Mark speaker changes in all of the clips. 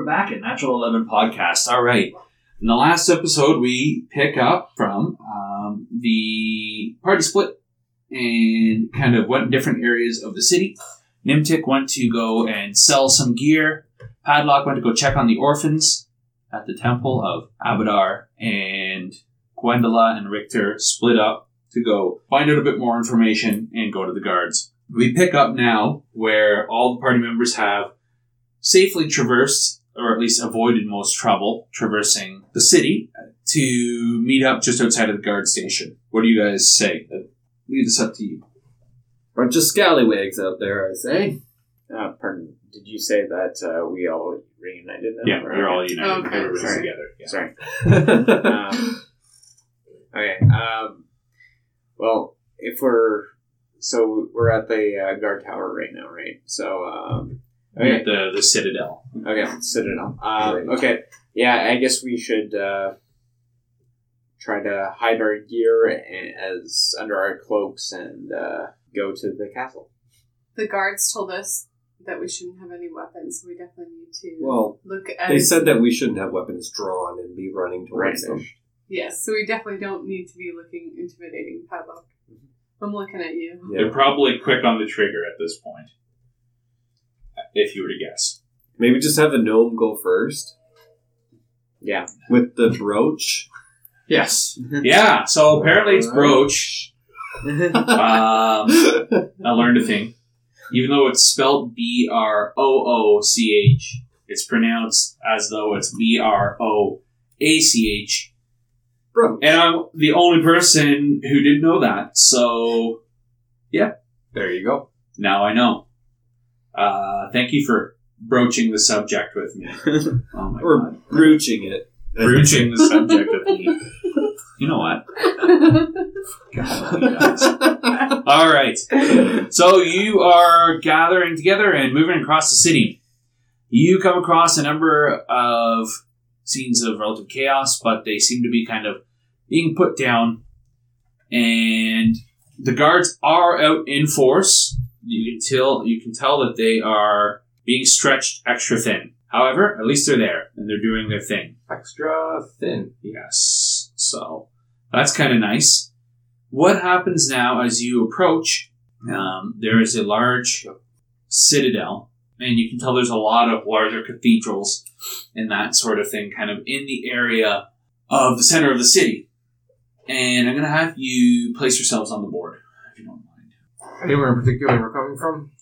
Speaker 1: Natural 11 podcast. All right. In the last episode, we pick up from um, the party split and kind of went different areas of the city. Nimtik went to go and sell some gear. Padlock went to go check on the orphans at the temple of Abadar. And Gwendola and Richter split up to go find out a bit more information and go to the guards. We pick up now where all the party members have safely traversed, or at least avoided most trouble, traversing the city to meet up just outside of the guard station. What do you guys say? Uh, Leave this up to you.
Speaker 2: Bunch of scallywags out there, I say.
Speaker 3: Uh, pardon. Did you say that uh, we all reunited? Them,
Speaker 1: Yeah,
Speaker 3: or-
Speaker 1: they're all united.
Speaker 3: Okay,
Speaker 1: Everybody's
Speaker 3: sorry.
Speaker 1: together. Yeah.
Speaker 3: Sorry.
Speaker 2: That's
Speaker 3: Um, okay. Um, well, if we're so we're at the uh, guard tower right now, right? So um,
Speaker 1: We're
Speaker 3: okay,
Speaker 1: at the, the Citadel.
Speaker 3: Okay, Citadel. Um, okay, yeah, I guess we should uh, try to hide our gear and, as under our cloaks and uh, go to the castle.
Speaker 4: The guards told us that we shouldn't have any weapons, so we definitely need to
Speaker 2: well,
Speaker 4: look at.
Speaker 2: they said that we shouldn't have weapons drawn and be running towards them.
Speaker 3: Brandished.
Speaker 4: yes, so we definitely don't need to be looking intimidating, Padlock.
Speaker 2: Mm-hmm.
Speaker 4: I'm looking at you.
Speaker 2: Yeah.
Speaker 1: They're probably quick on the trigger at this point, if you were to guess.
Speaker 2: Maybe just have the gnome go first
Speaker 3: Yeah.
Speaker 2: with the brooch.
Speaker 1: Yes.
Speaker 2: Mm-hmm.
Speaker 1: yeah. So apparently it's brooch. Um, I learned a thing. Even though it's spelled B R O O C H, it's pronounced as though it's B R O A C H.
Speaker 2: Brooch.
Speaker 1: And I'm the only person who didn't know that. So
Speaker 2: There you go.
Speaker 1: now I know. Uh, thank you for broaching the subject with me. Oh my
Speaker 2: Or
Speaker 1: god.
Speaker 2: brooching it.
Speaker 1: Broaching the subject with me. You know what? God, you guys. All right. So you are gathering together and moving across the city. You come across a number of scenes of relative chaos, but they seem to be kind of being put down. And the guards are out in force. You can tell you can tell that they are being stretched extra thin. However, at least they're there and they're doing their thing.
Speaker 2: Extra thin.
Speaker 1: Yes. So that's kind of nice. What happens now as you approach? Um, there is a large citadel, and you can tell there's a lot of larger cathedrals and that sort of thing kind of in the area of the center of the city. And I'm going to have you place yourselves on the board, if you don't mind.
Speaker 5: Anywhere in particular we're coming from?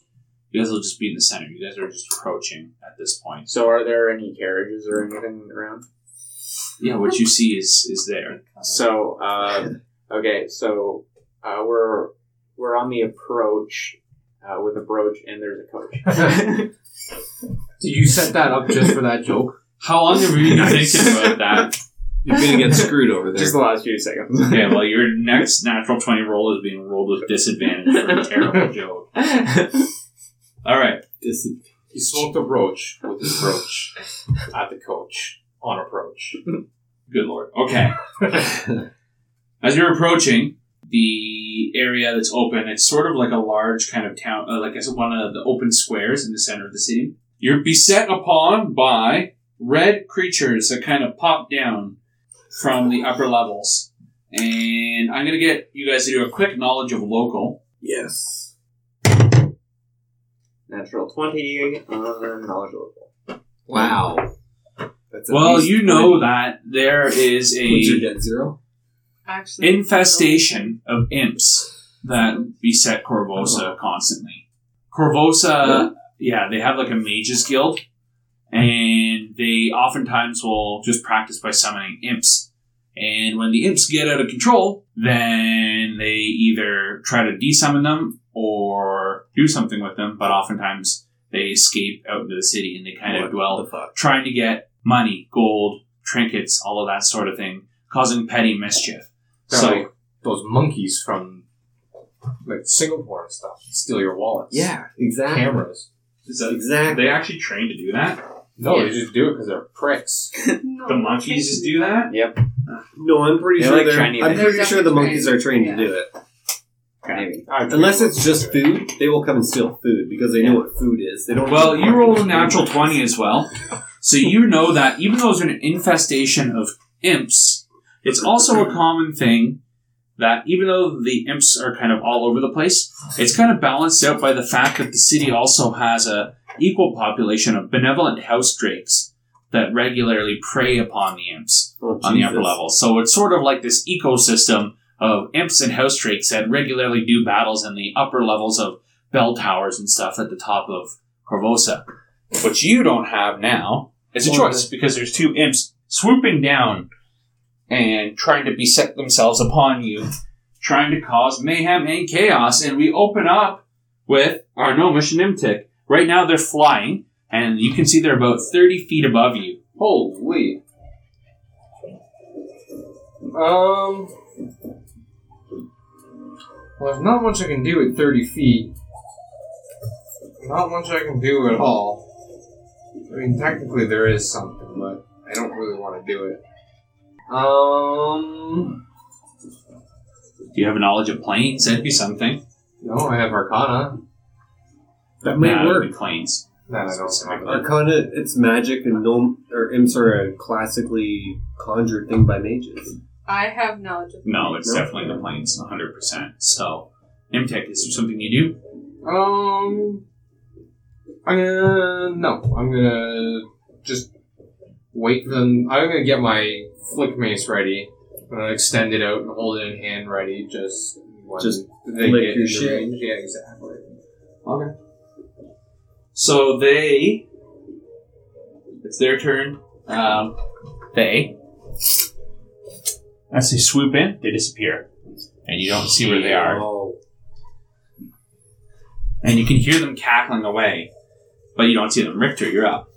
Speaker 1: You guys will just be in the center. You guys are just approaching at this point.
Speaker 3: So, are there any carriages or anything around?
Speaker 1: Yeah, what you see is is there.
Speaker 3: So, uh, okay, so uh, we're we're on the approach uh, with a brooch, and there's a coach.
Speaker 5: Did you set that up just for that joke?
Speaker 1: How long have you been thinking about that?
Speaker 2: You're gonna get screwed over there.
Speaker 3: Just the last few seconds.
Speaker 1: Okay, well, your next natural 20 roll is being rolled with disadvantage for a terrible joke. All right.
Speaker 2: This is-
Speaker 5: He smoked a brooch with his brooch at the coach on approach.
Speaker 1: Good lord. Okay. As you're approaching the area that's open, it's sort of like a large kind of town, uh, like it's one of the open squares in the center of the city. You're beset upon by red creatures that kind of pop down from the upper levels. And I'm going to get you guys to do a quick knowledge of local.
Speaker 2: yes.
Speaker 3: Natural 20 on knowledge level.
Speaker 2: Wow. That's at
Speaker 1: Well,
Speaker 2: least
Speaker 1: you know that there is a.
Speaker 2: Would you get zero?
Speaker 4: Actually,
Speaker 1: infestation of imps that beset Corvosa constantly. Corvosa, yeah, they have like a mages guild, and they oftentimes will just practice by summoning imps. And when the imps get out of control, then they either try to desummon them or do something with them, but oftentimes they escape out into the city and they kind of
Speaker 2: What
Speaker 1: dwell
Speaker 2: the fuck?
Speaker 1: trying to get money, gold, trinkets, all of that sort of thing, causing petty mischief.
Speaker 5: They're
Speaker 1: so,
Speaker 5: like those monkeys from like Singapore and stuff. Steal your wallets.
Speaker 2: Yeah, exactly.
Speaker 5: Cameras.
Speaker 1: is that, are
Speaker 2: Exactly.
Speaker 1: they actually trained to do that?
Speaker 5: No, they just do it because they're pricks.
Speaker 4: No,
Speaker 1: The monkeys just do that?
Speaker 3: Yep.
Speaker 2: No, I'm pretty
Speaker 3: They
Speaker 2: sure
Speaker 3: like
Speaker 2: they're.
Speaker 3: shiny
Speaker 2: I'm
Speaker 3: things.
Speaker 2: pretty
Speaker 4: They're
Speaker 2: sure the
Speaker 4: definitely
Speaker 2: monkeys
Speaker 4: trained.
Speaker 2: are trained
Speaker 4: Yeah.
Speaker 2: to do it.
Speaker 3: Maybe.
Speaker 2: Unless it's just food, they will come and steal food because they know what food is. They don't.
Speaker 1: Well, you rolled a natural 20 as well. So you know that even though there's an infestation of imps, it's also a common thing that even though the imps are kind of all over the place, it's kind of balanced out by the fact that the city also has a equal population of benevolent house drakes that regularly prey upon the imps on the upper level. So it's sort of like this ecosystem of imps and house drakes that regularly do battles in the upper levels of bell towers and stuff at the top of Corvosa. What you don't have now is a choice because there's two imps swooping down and trying to beset themselves upon you, trying to cause mayhem and chaos. And we open up with our Gnomish Nimtic. Right now they're flying, and you can see they're about 30 feet above you.
Speaker 3: Holy.
Speaker 5: Um. Well, there's not much I can do at 30 feet. Not much I can do at all. I mean, technically there is something, but I don't really want to do it. Um.
Speaker 1: Do you have a knowledge of planes? That'd be something.
Speaker 5: No, I have Arcana.
Speaker 2: That might
Speaker 1: Nah,
Speaker 2: work.
Speaker 1: the planes.
Speaker 5: That I don't have.
Speaker 2: Arcana, it's magic, and gnome or imps are a classically conjured thing by mages.
Speaker 4: I have knowledge of
Speaker 1: No, it's
Speaker 2: No.
Speaker 1: definitely the planes, 100%. So, Nimtech, is there something you do?
Speaker 5: Um, I'm gonna no. I'm gonna just wait for them. I'm gonna get my flick mace ready. I'm gonna extend it out and hold it in hand ready. Just when
Speaker 2: Just
Speaker 5: they
Speaker 2: flick your
Speaker 5: get in the
Speaker 2: shit.
Speaker 5: range. Yeah, exactly.
Speaker 1: So they. It's their turn. Um, they. As they swoop in, they disappear. And you don't see where they are.
Speaker 2: Oh,
Speaker 1: And you can hear them cackling away, but you don't see them. Richter, you're up.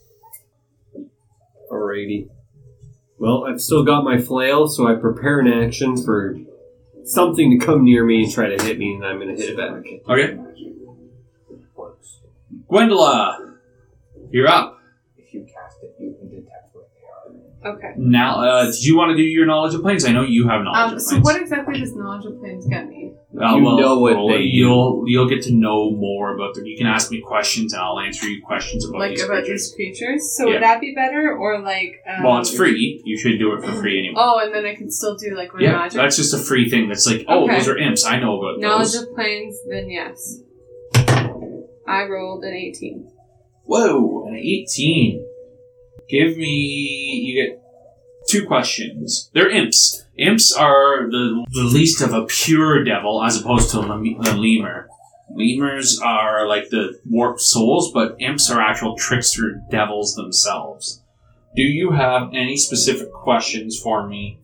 Speaker 2: alrighty. Well, I've still got my flail, so I prepare an action for something to come near me and try to hit me, and I'm gonna hit it back.
Speaker 1: Okay. Gwendola, you're up.
Speaker 6: If you cast it, you can detect where they are.
Speaker 4: Okay.
Speaker 1: Now, uh, did you want to do your knowledge of planes? I know you have knowledge
Speaker 4: Um,
Speaker 1: of planes.
Speaker 4: so what exactly does knowledge of planes get me?
Speaker 1: Uh,
Speaker 2: You
Speaker 1: well,
Speaker 2: know what
Speaker 1: roll
Speaker 2: they
Speaker 1: it.
Speaker 2: do.
Speaker 1: you'll you'll get to know more about them. You can ask me questions, and I'll answer you questions about
Speaker 4: like
Speaker 1: these
Speaker 4: about
Speaker 1: creatures.
Speaker 4: these creatures? So
Speaker 1: Yeah.
Speaker 4: would that be better or like um,
Speaker 1: Well, it's free. You should do it for free anyway.
Speaker 4: Oh, and then I can still do like my
Speaker 1: yeah,
Speaker 4: magic.
Speaker 1: that's just a free thing. That's like, oh,
Speaker 4: Oh, Okay.
Speaker 1: those are imps. I know about
Speaker 4: Knowledge
Speaker 1: those.
Speaker 4: of planes, then yes. I rolled an 18.
Speaker 1: Whoa, an eighteen. Give me. You get two questions. They're imps. Imps are the the least of a pure devil as opposed to a, lem- a lemur. Lemurs are like the warped souls, but imps are actual trickster devils themselves. Do you have any specific questions for me?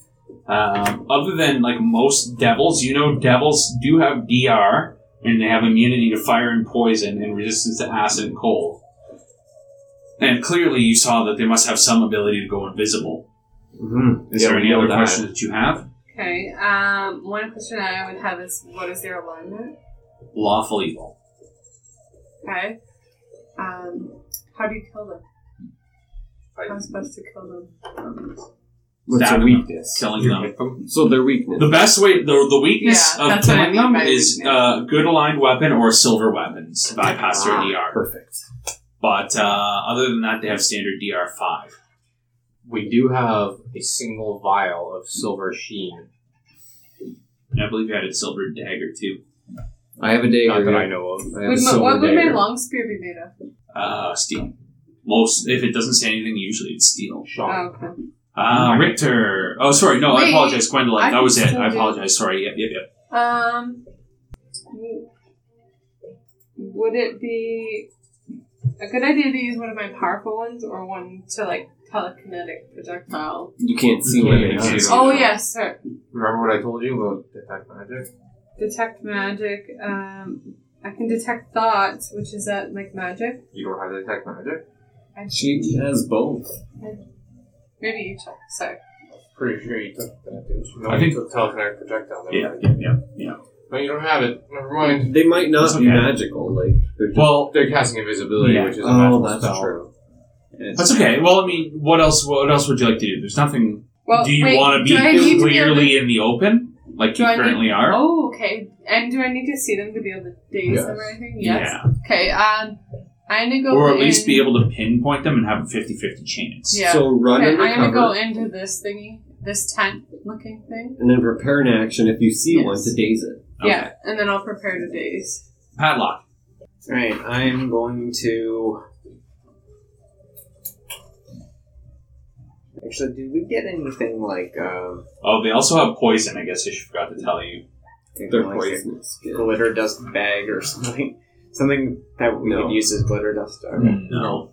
Speaker 1: Um, other than like most devils, you know, devils do have DR and they have immunity to fire and poison and resistance to acid and cold. And clearly, you saw that they must have some ability to go invisible.
Speaker 2: Mm-hmm.
Speaker 1: Is there any other question that you have?
Speaker 4: Okay. Um, one question I would have is what is their alignment?
Speaker 1: Lawful evil.
Speaker 4: Okay. Um, how do you kill them? I'm supposed to kill them.
Speaker 2: What's a
Speaker 1: Stabbing them.
Speaker 2: weakness?
Speaker 1: Killing them.
Speaker 2: So their weakness.
Speaker 1: The best way, the, the weakness
Speaker 4: Yeah,
Speaker 1: of
Speaker 4: that's what I
Speaker 1: killing
Speaker 4: mean
Speaker 1: them
Speaker 4: by
Speaker 1: is
Speaker 4: weakness.
Speaker 1: uh, good aligned weapon or silver weapons to bypass their DR.
Speaker 2: Ah, Perfect.
Speaker 1: But uh, other than that, they have standard DR five.
Speaker 5: We do have a single vial of silver sheen.
Speaker 1: And I believe you had a silver dagger too.
Speaker 2: I have a dagger.
Speaker 5: Not that I
Speaker 2: yeah.
Speaker 5: know of.
Speaker 2: I have a
Speaker 4: Would my,
Speaker 2: silver
Speaker 4: what would my
Speaker 2: dagger.
Speaker 4: long spear be made of?
Speaker 1: Uh, steel. Most if it doesn't say anything, usually it's steel.
Speaker 5: Sean.
Speaker 4: Oh, okay.
Speaker 1: Uh,
Speaker 2: Mm-hmm.
Speaker 1: Richter. Oh, sorry. No, I
Speaker 4: Wait,
Speaker 1: apologize, Gwendolyn.
Speaker 4: I
Speaker 1: that was
Speaker 4: can
Speaker 1: it.
Speaker 4: still
Speaker 1: I
Speaker 4: do-
Speaker 1: apologize. Sorry. Yep, yep, yep.
Speaker 4: Um, w- would it be a good idea to use one of my powerful ones or one to like telekinetic projectile?
Speaker 2: You can't see
Speaker 5: You
Speaker 2: what
Speaker 5: can't
Speaker 2: it
Speaker 5: even
Speaker 2: is.
Speaker 5: see.
Speaker 4: Oh yes, sir.
Speaker 5: Remember what I told you about detect magic?
Speaker 4: detect magic. Um, I can detect thoughts, which is that like magic.
Speaker 5: You don't have detect magic.
Speaker 2: She has both.
Speaker 4: Maybe you check. Sorry.
Speaker 5: Pretty sure you took that. Didn't you? No,
Speaker 1: I
Speaker 5: I
Speaker 1: think-
Speaker 5: think you took telekinetic projectile. never
Speaker 1: Yeah,
Speaker 5: mind.
Speaker 1: yeah, yeah, yeah.
Speaker 5: No, you don't have it. Never mind.
Speaker 2: They might not
Speaker 1: It's
Speaker 2: be
Speaker 1: okay.
Speaker 2: magical. Like they're just,
Speaker 1: Well,
Speaker 5: They're casting invisibility,
Speaker 1: Yeah.
Speaker 5: which is a
Speaker 2: oh,
Speaker 5: magical
Speaker 2: that's
Speaker 5: spell.
Speaker 2: true.
Speaker 1: that's okay. Well, I mean, what else? What else would you like to do? There's nothing.
Speaker 4: Well,
Speaker 1: do you
Speaker 4: wait,
Speaker 1: want to be
Speaker 4: do I need to be able
Speaker 1: clearly
Speaker 4: to-
Speaker 1: in the open, like
Speaker 4: Do
Speaker 1: you
Speaker 4: I need-
Speaker 1: currently are?
Speaker 4: Oh, okay. And do I need to see them to be able to daze
Speaker 5: Yes.
Speaker 4: them or anything? Yes.
Speaker 1: Yeah.
Speaker 4: Okay. Um, I'm gonna go
Speaker 1: or at least
Speaker 4: in-
Speaker 1: be able to pinpoint them and have a 50-50 chance.
Speaker 4: Yeah.
Speaker 2: So run
Speaker 4: okay, I'm
Speaker 2: undercover
Speaker 4: gonna go into this thingy, this tent looking thing.
Speaker 2: and then prepare an action if you see one
Speaker 4: Yes.
Speaker 2: to daze it.
Speaker 1: Okay.
Speaker 4: Yeah, and then I'll prepare to days.
Speaker 1: Padlock.
Speaker 3: All right, I'm going to. Actually, did we get anything like uh,
Speaker 1: Oh, they also have poison. I guess I forgot to tell you.
Speaker 3: anything
Speaker 2: They're
Speaker 3: like
Speaker 2: poisonous.
Speaker 3: a glitter dust bag or something? Something that we
Speaker 2: No.
Speaker 3: could use as glitter dust. Okay.
Speaker 1: No.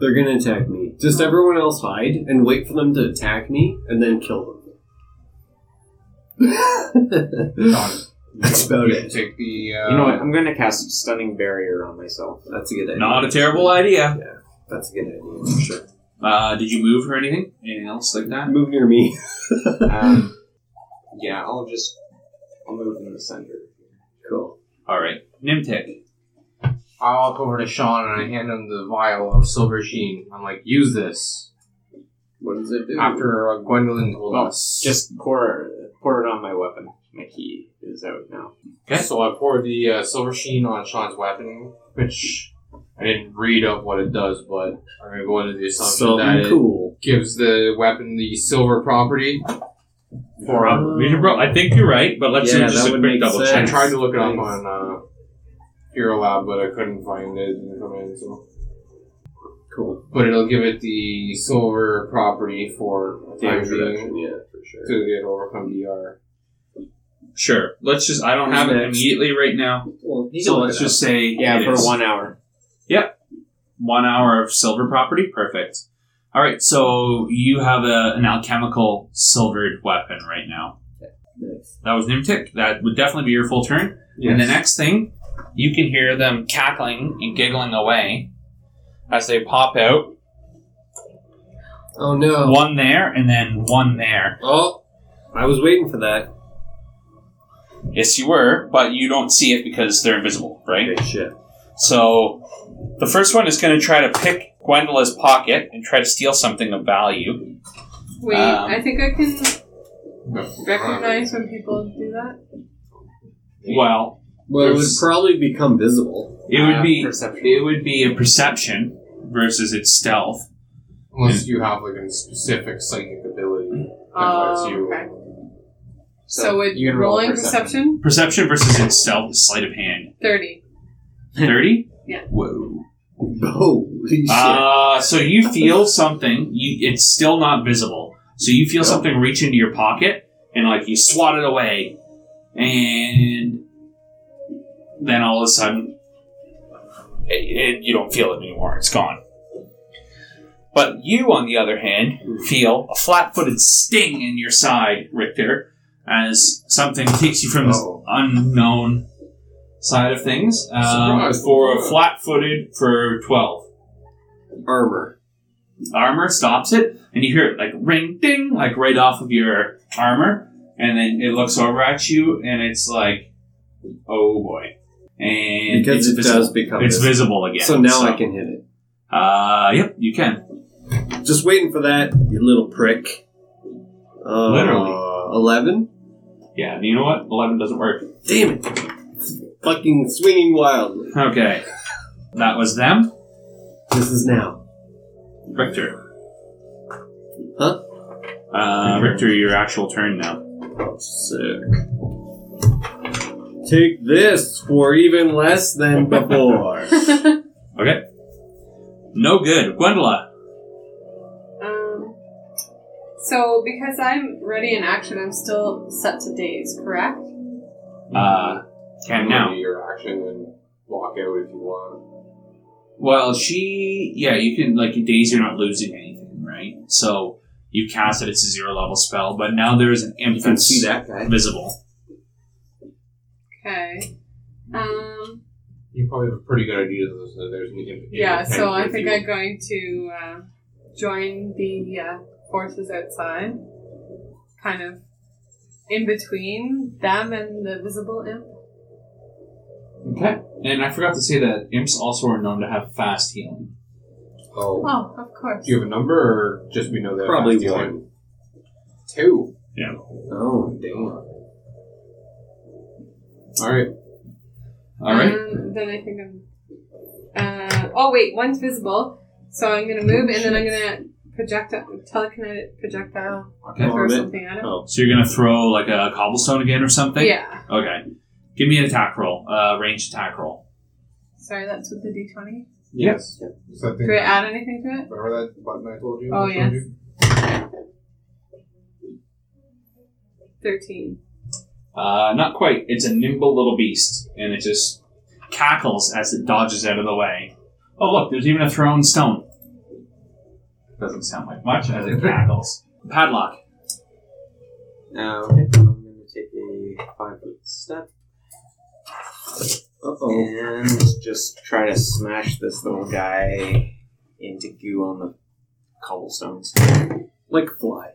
Speaker 2: They're gonna attack me. Just everyone else hide and wait for them to attack me and then kill them. That's about
Speaker 5: You can
Speaker 2: it.
Speaker 5: take the. Uh,
Speaker 3: You know what? I'm going to cast stunning barrier on myself.
Speaker 2: That's a good idea.
Speaker 1: Not a terrible idea.
Speaker 2: That's a good idea for sure.
Speaker 1: Uh, did you move or anything? Anything else like that?
Speaker 2: Move near me.
Speaker 3: Um, yeah, I'll just I'll move in the center.
Speaker 2: Cool.
Speaker 1: All right. Nimtek.
Speaker 5: I walk over to Sean and I hand him the vial of silver sheen. I'm like, use this.
Speaker 2: What does it do?
Speaker 5: After uh, Gwendolyn told
Speaker 3: Well,
Speaker 5: us.
Speaker 3: Just pour pour it on my weapon. My key is out now.
Speaker 1: Okay.
Speaker 5: So I pour the uh, silver sheen on Sean's weapon, which I didn't read up what it does, but I'm going to go into the assumption that
Speaker 2: Something
Speaker 5: it
Speaker 2: cool.
Speaker 5: gives the weapon the silver property.
Speaker 1: Probably. You bro- I think you're right, but let's
Speaker 2: Uh, Yeah,
Speaker 1: do just
Speaker 2: that
Speaker 1: a
Speaker 2: would
Speaker 1: quick
Speaker 2: make
Speaker 1: double
Speaker 2: sense.
Speaker 5: I
Speaker 1: check.
Speaker 5: tried to look it up
Speaker 2: Nice.
Speaker 5: on uh, Hero Lab, but I couldn't find it. it didn't come in, so.
Speaker 2: Cool.
Speaker 5: But it'll give it the silver property for a time
Speaker 2: Damage
Speaker 5: being
Speaker 2: reduction, yeah, for sure.
Speaker 5: to get overcome DR.
Speaker 1: Sure. Let's just. I don't have it
Speaker 2: Next.
Speaker 1: immediately right now.
Speaker 2: Well, you
Speaker 1: So
Speaker 2: can
Speaker 1: let's
Speaker 2: look it
Speaker 1: just say
Speaker 3: Yeah,
Speaker 1: it
Speaker 3: for
Speaker 1: is.
Speaker 3: one hour.
Speaker 1: one hour of silver property. Perfect. All right. So you have a, an alchemical silvered weapon right now.
Speaker 2: up. Nice.
Speaker 1: That was Nimtik. That would definitely be your full turn. And the next thing, you can hear them cackling and giggling away as they pop out.
Speaker 2: Oh no.
Speaker 1: One there and then one there.
Speaker 2: Oh, I was waiting for that.
Speaker 1: Yes, you were, but you don't see it because they're invisible, right?
Speaker 2: Great shit.
Speaker 1: So the first one is going to try to pick Gwendola's pocket and try to steal something of value.
Speaker 4: Wait,
Speaker 1: Um,
Speaker 4: I think I can
Speaker 5: No.
Speaker 4: recognize when people do that.
Speaker 1: Well,
Speaker 2: Well, it would
Speaker 1: There's-
Speaker 2: probably become visible.
Speaker 1: it would
Speaker 3: Uh,
Speaker 1: be
Speaker 3: perception.
Speaker 1: it would be a perception versus its stealth.
Speaker 5: Unless you have like a specific psychic ability that lets
Speaker 4: Oh,
Speaker 5: you.
Speaker 4: okay. So, with
Speaker 3: you can roll
Speaker 4: rolling
Speaker 3: perception.
Speaker 4: perception,
Speaker 1: Perception versus its stealth is sleight of hand.
Speaker 4: thirty.
Speaker 1: Thirty.
Speaker 4: Yeah.
Speaker 1: Whoa.
Speaker 2: Holy
Speaker 1: Uh, so you feel something. You, it's still not visible. So you feel something reach into your pocket and like you swat it away, and then all of a sudden, it, it, you don't feel it anymore. It's gone. But you, on the other hand, feel a flat-footed sting in your side, Richter, as something takes you from this
Speaker 2: Oh.
Speaker 1: unknown side of things um,
Speaker 5: Surprise.
Speaker 1: for a flat-footed for twelve
Speaker 2: Armor.
Speaker 1: armor stops it, and you hear it like ring ding, like right off of your armor, and then it looks over at you, and it's like, oh boy, and it's
Speaker 2: Because it
Speaker 1: visible.
Speaker 2: does become
Speaker 1: it's
Speaker 2: visible.
Speaker 1: visible again.
Speaker 2: so now I can hit it.
Speaker 1: Uh, yep, you can.
Speaker 2: Just waiting for that, you little prick. Uh,
Speaker 1: Literally.
Speaker 2: 11?
Speaker 1: Yeah, you know what? Eleven doesn't work.
Speaker 2: Damn it. Fucking swinging wildly.
Speaker 1: Okay, that was them.
Speaker 2: This is now.
Speaker 1: Richter.
Speaker 2: Huh?
Speaker 1: Uh, Richter, your actual turn now.
Speaker 2: Sick. Take this for even less than before.
Speaker 1: Okay. No good, Gwendola.
Speaker 4: um, so because I'm ready in action, I'm still set to days, correct?
Speaker 1: Uh, can now.
Speaker 5: Remedy your action and walk out if you want.
Speaker 1: Well, she, yeah, you can like days you're not losing anything, right? So you cast it; it's a zero level spell. But now there is an imp
Speaker 2: you can
Speaker 1: that's
Speaker 2: see that guy.
Speaker 1: visible.
Speaker 4: Okay. Um,
Speaker 5: You probably have a pretty good idea that there's- that there's an imp-
Speaker 4: yeah,
Speaker 5: imp-
Speaker 4: so I
Speaker 5: if
Speaker 4: think
Speaker 5: you-
Speaker 4: I'm going to uh, join the uh, forces outside, kind of in between them and the visible imp.
Speaker 1: Okay, and I forgot to say that imps also are known to have fast healing.
Speaker 2: Oh,
Speaker 4: Oh, of course.
Speaker 5: Do you have a number or just we know that?
Speaker 2: Probably
Speaker 5: that's the
Speaker 2: one.
Speaker 5: only- Two.
Speaker 2: oh damn.
Speaker 5: All right.
Speaker 1: All right,
Speaker 4: Um, then I think I'm. Uh, oh wait, one's visible, so I'm gonna move, and then I'm gonna projectile telekinetic projectile
Speaker 1: Okay.
Speaker 4: throw
Speaker 2: Orbit.
Speaker 4: something at him.
Speaker 1: So you're gonna throw like a cobblestone again or something?
Speaker 4: Yeah.
Speaker 1: Okay. Give me an attack roll. Uh, ranged attack roll.
Speaker 4: Sorry, that's with the d20.
Speaker 5: Yes. Is that thing-
Speaker 4: Do I add anything to it?
Speaker 5: Remember that button I told you?
Speaker 4: Oh,
Speaker 5: I showed
Speaker 4: yes.
Speaker 5: you?
Speaker 4: 13.
Speaker 1: Uh, not quite. It's a nimble little beast, and it just cackles as it dodges out of the way. Oh look, there's even a thrown stone. Doesn't sound like much as it cackles. Padlock.
Speaker 3: Uh, okay, I'm going to take a five foot step
Speaker 2: Uh-oh.
Speaker 3: and just try to smash this little guy into goo on the cobblestones.
Speaker 2: Like fly.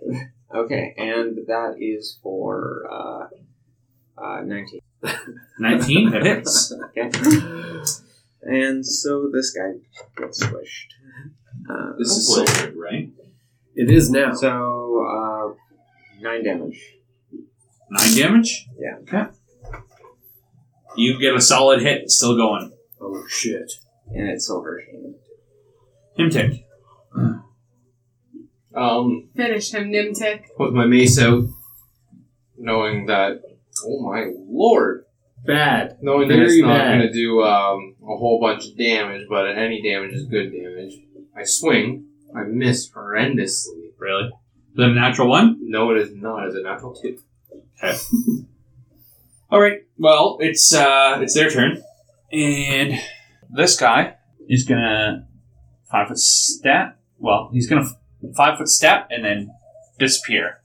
Speaker 3: Okay, and that is for uh, uh, 19.
Speaker 1: 19 that hits.
Speaker 3: Okay. And so this guy gets squished. Uh,
Speaker 1: This is silvered, right?
Speaker 2: It is now.
Speaker 3: so uh, 9 damage.
Speaker 1: Nine damage?
Speaker 3: Yeah.
Speaker 1: Okay. You get a solid hit, still going.
Speaker 2: Oh shit.
Speaker 3: And it's silver. sheen.
Speaker 1: Him tick.
Speaker 5: Um,
Speaker 4: Finish him, Nimtic.
Speaker 5: with my mace out, knowing that, oh my lord,
Speaker 2: Bad.
Speaker 5: knowing that
Speaker 2: Very
Speaker 5: it's not
Speaker 2: bad.
Speaker 5: going to do um, a whole bunch of damage, but any damage is good damage. I swing. I miss horrendously.
Speaker 1: Really? Is that a natural one?
Speaker 5: No, it is not. It's a natural two.
Speaker 1: All right. Well, it's uh, it's their turn, and this guy is gonna five foot step. Well, he's gonna f- five foot step and then disappear.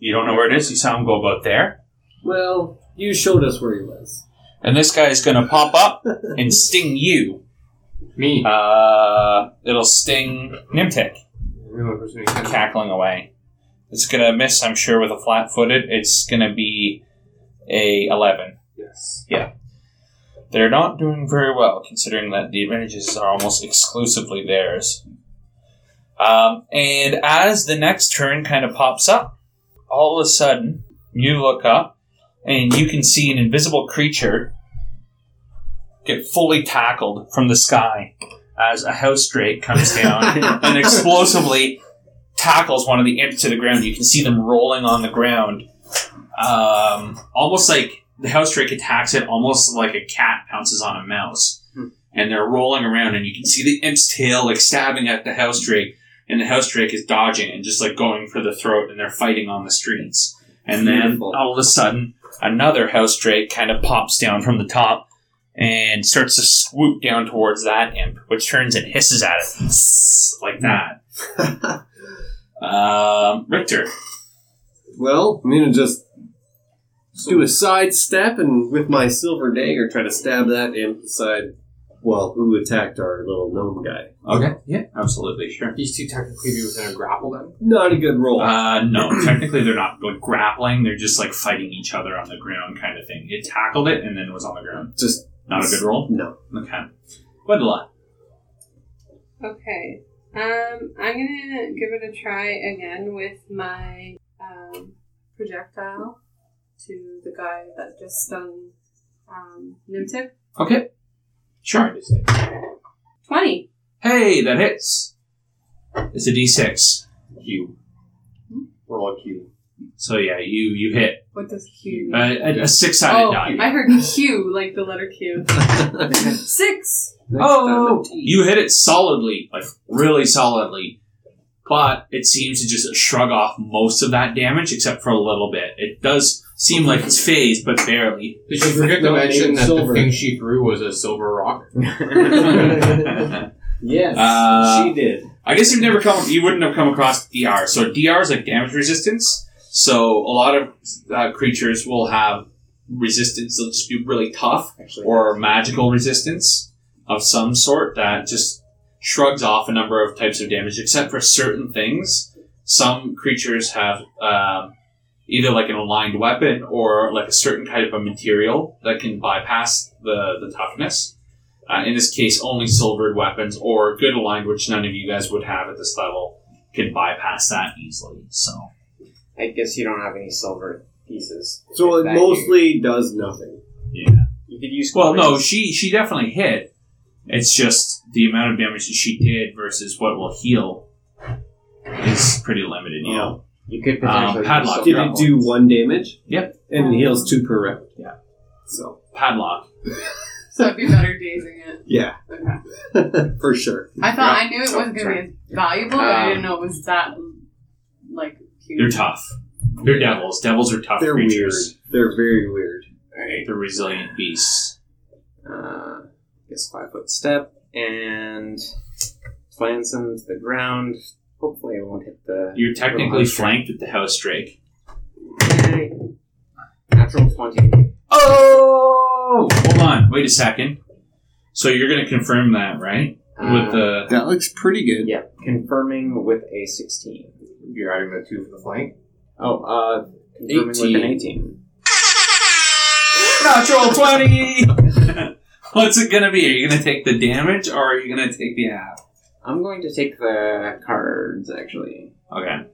Speaker 1: You don't know where it is. You saw him go about there,
Speaker 2: Well, you showed us where he was.
Speaker 1: and this guy is gonna pop up and sting you.
Speaker 5: Me.
Speaker 1: Uh, it'll sting Nimtek,
Speaker 5: You're the only person who can-
Speaker 1: cackling away. It's gonna miss, I'm sure, with a flat footed. It's gonna be a eleven.
Speaker 5: Yes.
Speaker 1: They're not doing very well, considering that the advantages are almost exclusively theirs. Um, and as the next turn kind of pops up, all of a sudden you look up and you can see an invisible creature get fully tackled from the sky as a house drake comes down and explosively tackles one of the imps to the ground. You can see them rolling on the ground, um, almost like the house drake attacks it almost like a cat pounces on a mouse.
Speaker 3: Hmm.
Speaker 1: And they're rolling around, and you can see the imp's tail like stabbing at the house drake, and the house drake is dodging and just like going for the throat, and they're fighting on the streets. And then
Speaker 3: Beautiful.
Speaker 1: all of a sudden, another house drake kind of pops down from the top and starts to swoop down towards that imp, which turns and hisses at it like that. um, Richter,
Speaker 2: Well, I'm gonna just do a side step and with my silver dagger try to stab that imp inside. Well, who attacked our little gnome guy?
Speaker 1: okay, yeah, absolutely, sure.
Speaker 5: These two technically be within a grapple then.
Speaker 2: Not a good roll.
Speaker 1: Uh, no, technically they're not like grappling. They're just like fighting each other on the ground, kind of thing. It tackled it and then was on the ground.
Speaker 2: just
Speaker 1: Not a good roll.
Speaker 2: no.
Speaker 1: Okay, Gwendolyn.
Speaker 4: Okay. Um, I'm gonna give it a try again with my um, projectile to the guy that just stung um, Nimtic.
Speaker 1: Okay, sure.
Speaker 4: 20.
Speaker 1: Hey, that hits. It's a D six. You.
Speaker 5: Roll a Q.
Speaker 1: So yeah, you you hit
Speaker 4: What does Q
Speaker 1: uh,
Speaker 4: mean?
Speaker 1: a, a six sided
Speaker 4: oh,
Speaker 1: die.
Speaker 4: I heard Q, like the letter Q. Six.
Speaker 1: Oh, you hit it solidly, like really solidly. But it seems to just shrug off most of that damage, except for a little bit. It does seem like it's phased, but barely.
Speaker 5: Did you forget to
Speaker 2: No,
Speaker 5: mention
Speaker 2: it's
Speaker 5: that
Speaker 2: silver.
Speaker 5: the thing she threw was a silver rock?
Speaker 2: yes,
Speaker 1: Uh,
Speaker 2: she did.
Speaker 1: I guess you've never come. You wouldn't have come across DR. So DR is like damage resistance. So a lot of uh, creatures will have resistance. They'll just be really tough
Speaker 3: Actually,
Speaker 1: or magical resistance of some sort that just shrugs off a number of types of damage, except for certain things. Some creatures have um, either like an aligned weapon or like a certain type of material that can bypass the, the toughness. Uh, in this case, only silvered weapons or good aligned, which none of you guys would have at this level, can bypass that easily. So
Speaker 3: I guess you don't have any silver pieces.
Speaker 2: So it
Speaker 3: That
Speaker 2: mostly does nothing.
Speaker 3: You, you could use.
Speaker 1: well, no,
Speaker 3: coins.
Speaker 1: she she definitely hit, It's just the amount of damage that she did versus what will heal is pretty limited,
Speaker 2: Oh.
Speaker 1: you know.
Speaker 3: You could
Speaker 1: Um,
Speaker 3: potentially.
Speaker 1: padlock.
Speaker 3: do
Speaker 2: Did
Speaker 3: something.
Speaker 2: it do one damage?
Speaker 1: Yep.
Speaker 2: And it heals two per round.
Speaker 6: Yeah.
Speaker 2: So
Speaker 1: Padlock.
Speaker 4: So it'd be better dazing it.
Speaker 2: yeah,
Speaker 4: Okay.
Speaker 2: for sure.
Speaker 4: I thought I knew it wasn't gonna be as valuable, but I
Speaker 3: Um,
Speaker 4: didn't know it was that like huge.
Speaker 1: They're tough. They're devils. Devils are tough
Speaker 2: They're
Speaker 1: creatures.
Speaker 2: weird. They're very weird.
Speaker 3: Alright.
Speaker 1: They're resilient beasts.
Speaker 3: Uh, guess five foot step and plants him to the ground. Hopefully, it won't hit the
Speaker 1: You're technically
Speaker 3: House Drake.
Speaker 1: flanked with the house drake.
Speaker 3: natural twenty.
Speaker 1: Oh! Hold on. Wait a second. So you're going to confirm that, right? With the
Speaker 2: That looks pretty good.
Speaker 3: Uh, yeah, confirming with a sixteen.
Speaker 5: You're adding the two for the flank.
Speaker 3: Oh, uh, confirming with an
Speaker 2: 18.
Speaker 3: eighteen.
Speaker 1: natural 20! What's it going to be? Are you going to take the damage or are you going to take the app?
Speaker 3: I'm going to take the cards actually.
Speaker 1: Okay,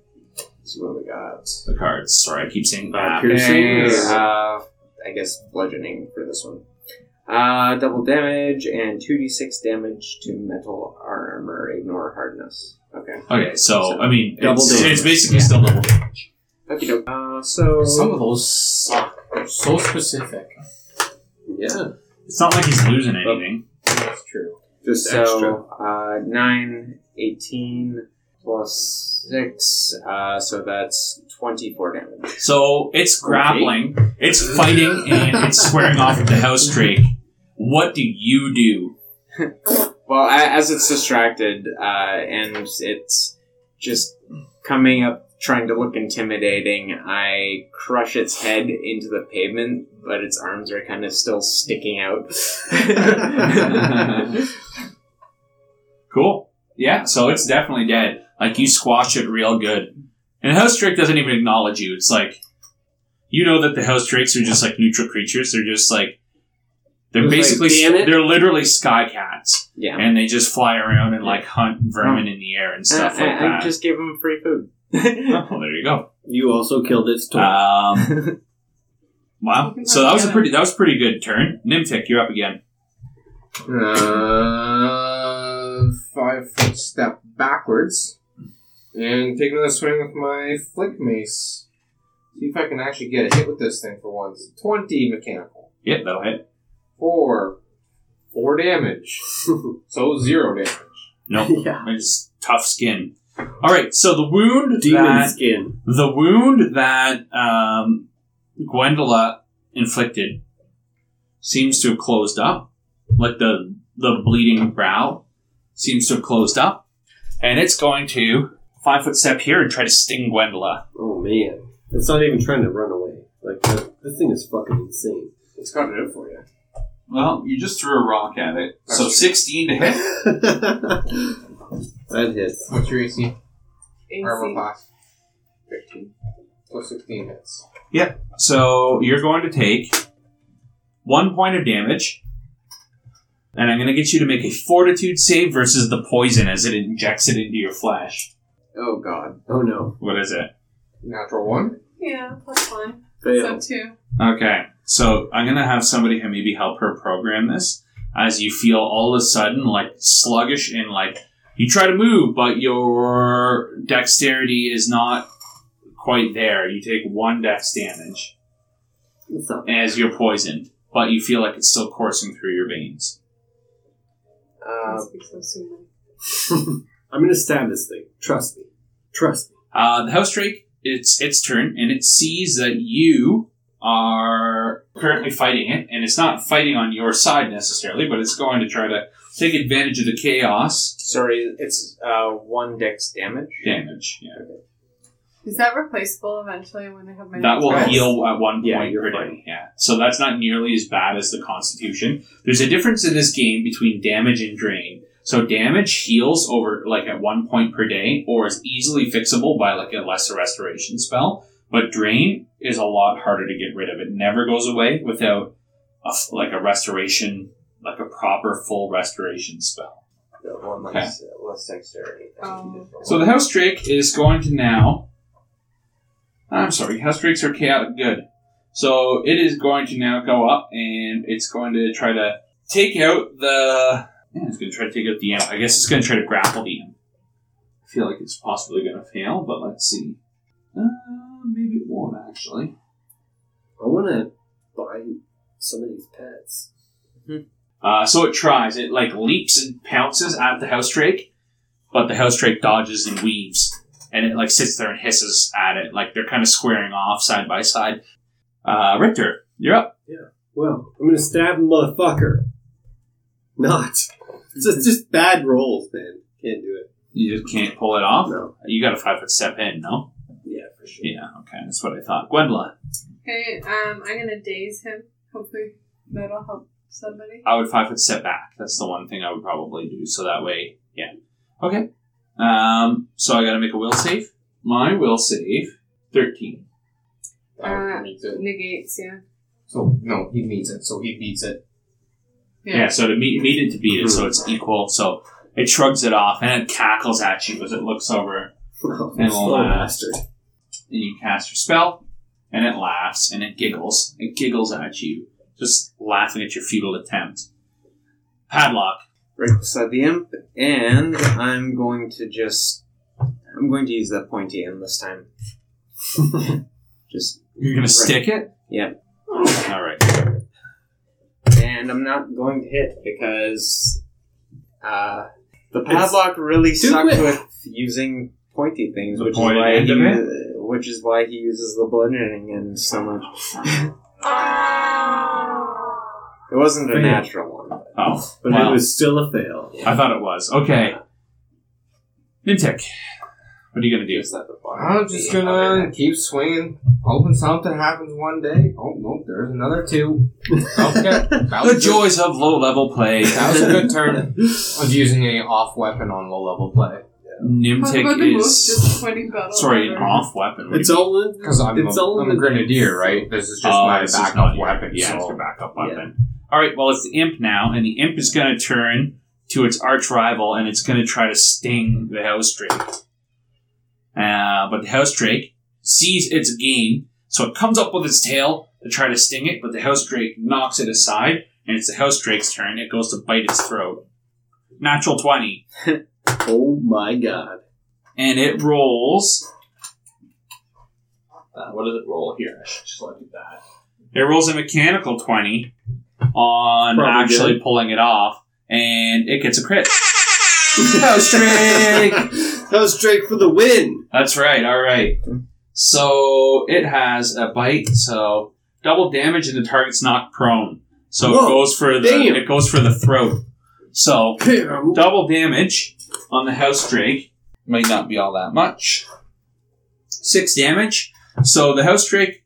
Speaker 3: See what we got.
Speaker 1: the cards. Sorry, I keep saying
Speaker 2: Uh,
Speaker 1: app.
Speaker 2: Piercing.
Speaker 3: And, uh, I guess bludgeoning for this one. Uh, double damage and two d six damage to metal armor. Ignore hardness. Okay.
Speaker 1: Okay, so, I mean,
Speaker 2: Double
Speaker 1: it's,
Speaker 2: damage.
Speaker 1: it's basically still double damage.
Speaker 3: Okay. Uh, so
Speaker 6: Some of those suck. They're so specific.
Speaker 2: Yeah.
Speaker 1: It's not like he's losing
Speaker 2: Oh.
Speaker 1: anything.
Speaker 6: That's true.
Speaker 2: Just extra.
Speaker 3: so uh, nine, 18 plus six. Uh, so that's twenty four damage.
Speaker 1: So it's grappling, it's fighting, and it's squaring off with the house drake. What do you do?
Speaker 3: Well, a- as it's distracted uh, and it's just coming up trying to look intimidating, I crush its head into the pavement, but its arms are kind of still sticking out.
Speaker 1: Cool. Yeah, so it's definitely dead. Like you squash it real good. And the house drake doesn't even acknowledge you. It's like you know that the house drakes are just like neutral creatures. They're just like they're
Speaker 2: Just like,
Speaker 1: basically
Speaker 2: "Damn it."
Speaker 1: they're literally sky cats.
Speaker 3: yeah.
Speaker 1: And they just fly around and like hunt vermin in the air and
Speaker 3: Uh,
Speaker 1: stuff
Speaker 3: I,
Speaker 1: like that.
Speaker 3: I just gave him free food.
Speaker 1: Oh, well, there you go.
Speaker 2: You also killed its toy.
Speaker 1: Um, wow. So that was a pretty that was a pretty good turn. Nimtik, you're up again.
Speaker 5: Uh, five foot step backwards, and take another swing with my flick mace. See if I can actually get a hit with this thing for once. Twenty mechanical.
Speaker 1: Yep, that'll hit.
Speaker 5: Four. Four damage. so zero damage.
Speaker 1: No,
Speaker 2: yeah.
Speaker 1: it's tough skin. All right, so the wound
Speaker 2: Demon
Speaker 1: that
Speaker 2: skin.
Speaker 1: the wound that um, Gwendola inflicted seems to have closed up. Like the the bleeding brow seems to have closed up, and it's going to five foot step here and try to sting Gwendola.
Speaker 2: Oh man. It's not even trying to run away. Like the, this thing is fucking insane.
Speaker 5: It's got it out for you.
Speaker 1: Well, you just threw a rock at it,
Speaker 5: That's
Speaker 1: so
Speaker 5: true.
Speaker 1: sixteen to hit.
Speaker 2: that hits.
Speaker 5: What's your AC?
Speaker 4: AC.
Speaker 5: Armor class. Fifteen. Plus sixteen hits.
Speaker 1: So you're going to take one point of damage, and I'm going to get you to make a fortitude save versus the poison as it injects it into your flesh.
Speaker 3: oh, God.
Speaker 2: Oh no.
Speaker 1: What is it?
Speaker 5: Natural one.
Speaker 4: Yeah, plus one.
Speaker 2: Fail.
Speaker 4: So two.
Speaker 1: Okay, so I'm going to have somebody who maybe help her program this as you feel all of a sudden like sluggish and like you try to move, but your dexterity is not quite there. You take one dex damage
Speaker 2: It's not
Speaker 1: as you're poisoned, but you feel like it's still coursing through your veins.
Speaker 3: Uh,
Speaker 4: Must be so soon.
Speaker 2: I'm gonna stab this thing. Trust me. Trust me.
Speaker 1: Uh, the house drake, it's its turn, and it sees that you are currently fighting it, and it's not fighting on your side necessarily, but it's going to try to take advantage of the chaos
Speaker 3: sorry, it's uh, one dex damage.
Speaker 1: damage. Yeah.
Speaker 4: Is that replaceable eventually when they have my
Speaker 1: That will
Speaker 4: next round?
Speaker 1: heal at one
Speaker 2: Yeah,
Speaker 1: point
Speaker 2: you're
Speaker 1: per
Speaker 2: fine.
Speaker 1: day. Yeah. So that's not nearly as bad as the Constitution. There's a difference in this game between damage and drain. So damage heals over like at one point per day, or is easily fixable by like a lesser restoration spell. But drain is a lot harder to get rid of. It never goes away without a f like a restoration, like a proper full restoration spell.
Speaker 3: The one less, less dexterity.
Speaker 4: Oh.
Speaker 1: So the house drake is going to now. I'm sorry, house drakes are chaotic good. So it is going to now go up and it's going to try to take out the Yeah, it's going to try to take out the imp. I guess it's going to try to grapple the imp. I feel like it's possibly going to fail, but let's see. Uh, maybe it won't, actually.
Speaker 2: I want to buy some of these pets.
Speaker 1: Uh, so it tries. It like leaps and pounces at the house drake, but the house drake dodges and weaves, and it like sits there and hisses at it. Like they're kind of squaring off side by side. Uh, Richter, you're up.
Speaker 2: Well, I'm gonna stab a motherfucker. Not. It's just, just bad rolls, man. Can't do it.
Speaker 1: You just can't pull it off.
Speaker 2: No.
Speaker 1: You got a five foot step in, no?
Speaker 2: Yeah, for sure.
Speaker 1: Yeah, okay, that's what I thought. Gwendolyn,
Speaker 4: Okay, um, I'm gonna daze him. Hopefully, that'll help somebody.
Speaker 1: I would five foot step back. That's the one thing I would probably do. So that way, yeah. Okay. Um, so I got to make a will save. My will save thirteen.
Speaker 5: Oh, he meets it.
Speaker 4: Negates, yeah.
Speaker 5: So no, he meets it. So he beats it.
Speaker 1: Yeah, so to meet, meet it to beat it, so it's equal. So it shrugs it off and it cackles at you as it looks over,
Speaker 2: Well, slow
Speaker 1: last.
Speaker 2: bastard.
Speaker 1: and you cast your spell, and it laughs and it giggles. It giggles at you, just laughing at your futile attempt. Padlock.
Speaker 3: right beside the imp, and I'm going to just I'm going to use that pointy end this time. just
Speaker 1: You're gonna
Speaker 3: Right.
Speaker 1: stick it.
Speaker 3: Yep.
Speaker 1: All right.
Speaker 3: and I'm not going to hit because uh, the padlock really sucked
Speaker 2: it.
Speaker 3: with using pointy things,
Speaker 1: The
Speaker 3: which is
Speaker 1: pointed
Speaker 3: why
Speaker 1: end
Speaker 3: he,
Speaker 1: of
Speaker 3: which is why he uses the bludgeoning end so much. it wasn't a
Speaker 2: Fail.
Speaker 3: natural one.
Speaker 1: Oh,
Speaker 2: But
Speaker 1: Wow.
Speaker 2: it was still a fail.
Speaker 1: I thought it was okay. Nimtek, what are you gonna do?
Speaker 5: I'm just gonna keep swinging, hoping something happens one day. Oh no, there's another two. Okay, that
Speaker 1: The
Speaker 5: was good.
Speaker 1: joys of low level play.
Speaker 5: That was a good turn of using a off weapon on low level play
Speaker 4: Talk about the
Speaker 1: Nimtek
Speaker 4: most
Speaker 1: is
Speaker 4: disappointing battle.
Speaker 1: sorry, an
Speaker 4: ever.
Speaker 1: off weapon. What
Speaker 2: It's
Speaker 1: do you-
Speaker 2: all in.
Speaker 5: because I'm,
Speaker 2: It's
Speaker 5: a,
Speaker 2: all
Speaker 5: I'm
Speaker 2: in
Speaker 5: a
Speaker 2: the-
Speaker 5: grenadier, right? This is just
Speaker 1: Oh,
Speaker 5: my
Speaker 1: this is
Speaker 5: backup
Speaker 1: not your-
Speaker 5: weapon.
Speaker 1: Yeah,
Speaker 5: so-
Speaker 1: it's your backup weapon. All right, well, it's the imp now, and the imp is going to turn to its arch rival, and it's going to try to sting the house drake. Uh, but the house drake sees its game, so it comes up with its tail to try to sting it, but the house drake knocks it aside, and it's the house drake's turn. It goes to bite its throat. Natural 20
Speaker 2: Oh my god.
Speaker 1: and it rolls. Uh, what does it roll here? I should just look at that. It rolls a mechanical twenty on
Speaker 2: Probably
Speaker 1: actually pulling it off, and it gets a crit. House Drake!
Speaker 2: that was Drake for the win.
Speaker 1: That's right. All right. So it has a bite. So double damage, and the target's knocked prone. So
Speaker 2: Whoa,
Speaker 1: it goes for the
Speaker 2: damn.
Speaker 1: it goes for the throat. So
Speaker 2: Bam.
Speaker 1: double damage on the house drake might not be all that much six damage so the house drake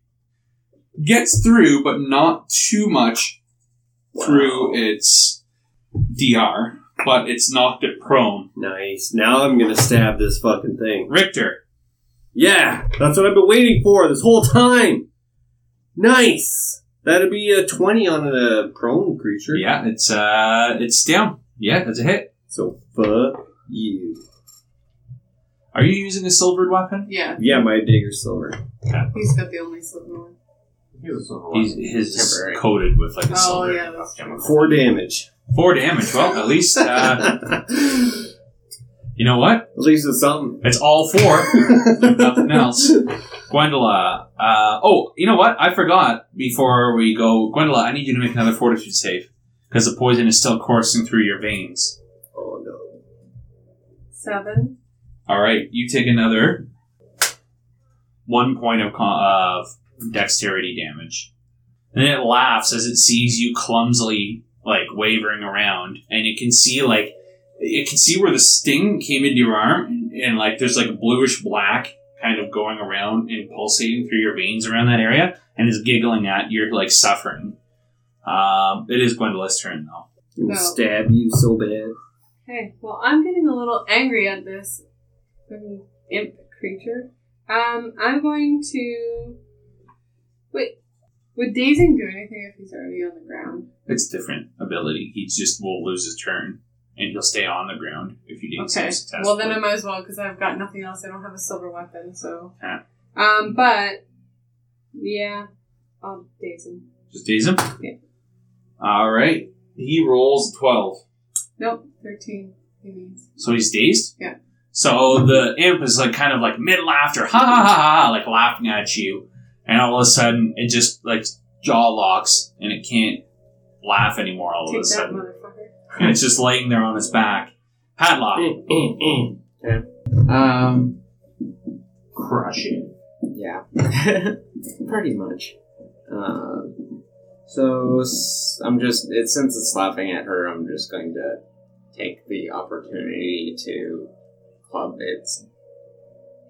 Speaker 1: gets through but not too much through its dr but it's knocked it prone
Speaker 2: Nice. Now I'm gonna stab this fucking thing.
Speaker 1: richter
Speaker 2: Yeah, that's what I've been waiting for this whole time. Nice. That'd be a twenty on a prone creature.
Speaker 1: yeah it's uh it's down yeah that's a hit
Speaker 2: So fuck you.
Speaker 1: are you using a silvered weapon
Speaker 4: Yeah,
Speaker 2: Yeah, my dagger silver.
Speaker 4: he's got the only silver one.
Speaker 5: He's a silver one.
Speaker 1: He's, his is
Speaker 3: Temporary.
Speaker 1: coated with like a
Speaker 4: Oh,
Speaker 1: silver
Speaker 4: yeah, that's true.
Speaker 2: Four damage.
Speaker 1: four damage well at least uh,
Speaker 2: At least
Speaker 1: you know what
Speaker 2: it's something.
Speaker 1: it's all four nothing else. Gwendola. Uh, oh, you know what? I forgot before we go. Gwendola, I need you to make another fortitude save because the poison is still coursing through your veins.
Speaker 2: oh no.
Speaker 4: Seven.
Speaker 1: All right, you take another one point of, con- of dexterity damage. And it laughs as it sees you clumsily, like, wavering around. And it can see, like, it can see where the sting came into your arm. And, and like, there's, like, a bluish black kind of going around and pulsating through your veins around that area. And is giggling at your, like, suffering. Um, it is Gwendolyn's turn, though.
Speaker 2: I'm gonna
Speaker 4: No.
Speaker 2: stab you so bad.
Speaker 4: Okay, well, I'm getting a little angry at this fucking imp creature. Um, I'm going to. Wait, would dazing do anything if he's already on the ground?
Speaker 1: It's a different ability. He just will lose his turn, and he'll stay on the ground if you do so
Speaker 4: Okay.
Speaker 1: successfully.
Speaker 4: Well, then I might as well because I've got nothing else. I don't have a silver weapon, so.
Speaker 1: Yeah.
Speaker 4: Um, but yeah, I'll daze him.
Speaker 1: just daze him.
Speaker 4: Yeah.
Speaker 1: All right. He rolls twelve.
Speaker 4: Nope, 13. He means.
Speaker 1: So he's dazed?
Speaker 4: Yeah.
Speaker 1: So the imp is like kind of like mid laughter, ha ha ha ha, like laughing at you. And all of a sudden it just like jaw locks and it can't laugh anymore all of
Speaker 4: Take
Speaker 1: a
Speaker 4: that,
Speaker 1: sudden.
Speaker 4: motherfucker.
Speaker 1: And it's just laying there on its back. Padlock.
Speaker 3: Um,
Speaker 1: Crush it.
Speaker 3: yeah. Pretty much. Uh, so s- I'm just it since it's laughing at her, I'm just going to take the opportunity to club its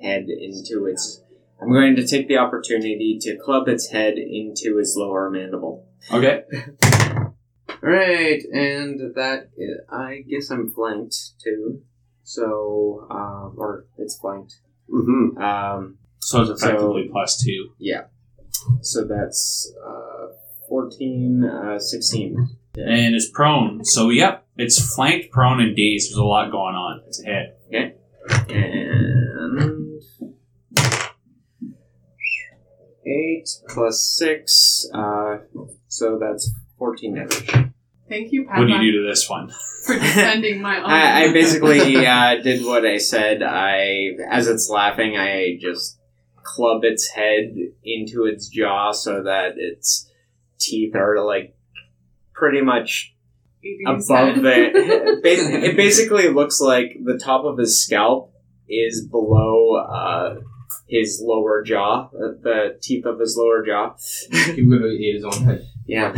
Speaker 3: head into its. I'm going to take the opportunity to club its head into its lower mandible.
Speaker 1: Okay.
Speaker 3: Alright, and that i- I guess I'm flanked too. So, um, or it's flanked.
Speaker 2: Mm-hmm.
Speaker 3: Um,
Speaker 1: So it's
Speaker 3: So-
Speaker 1: effectively plus two.
Speaker 3: so that's uh, 14, uh, 16.
Speaker 1: And it's prone. So yep, it's flanked, prone, and dazed. There's a lot going on. It's ahead.
Speaker 3: And 8 plus 6, uh, so that's 14 damage.
Speaker 4: Thank you, Padlock,
Speaker 1: What do you do to this one?
Speaker 4: for defending my honor.
Speaker 3: I, I basically uh, did what I said. I, as it's laughing, I just club its head into its jaw so that its teeth are like pretty much
Speaker 4: Eating his
Speaker 3: above
Speaker 4: head.
Speaker 3: the. basi- It basically looks like the top of his scalp is below uh, his lower jaw, uh, the teeth of his lower jaw.
Speaker 5: He literally ate his own head.
Speaker 3: Yeah.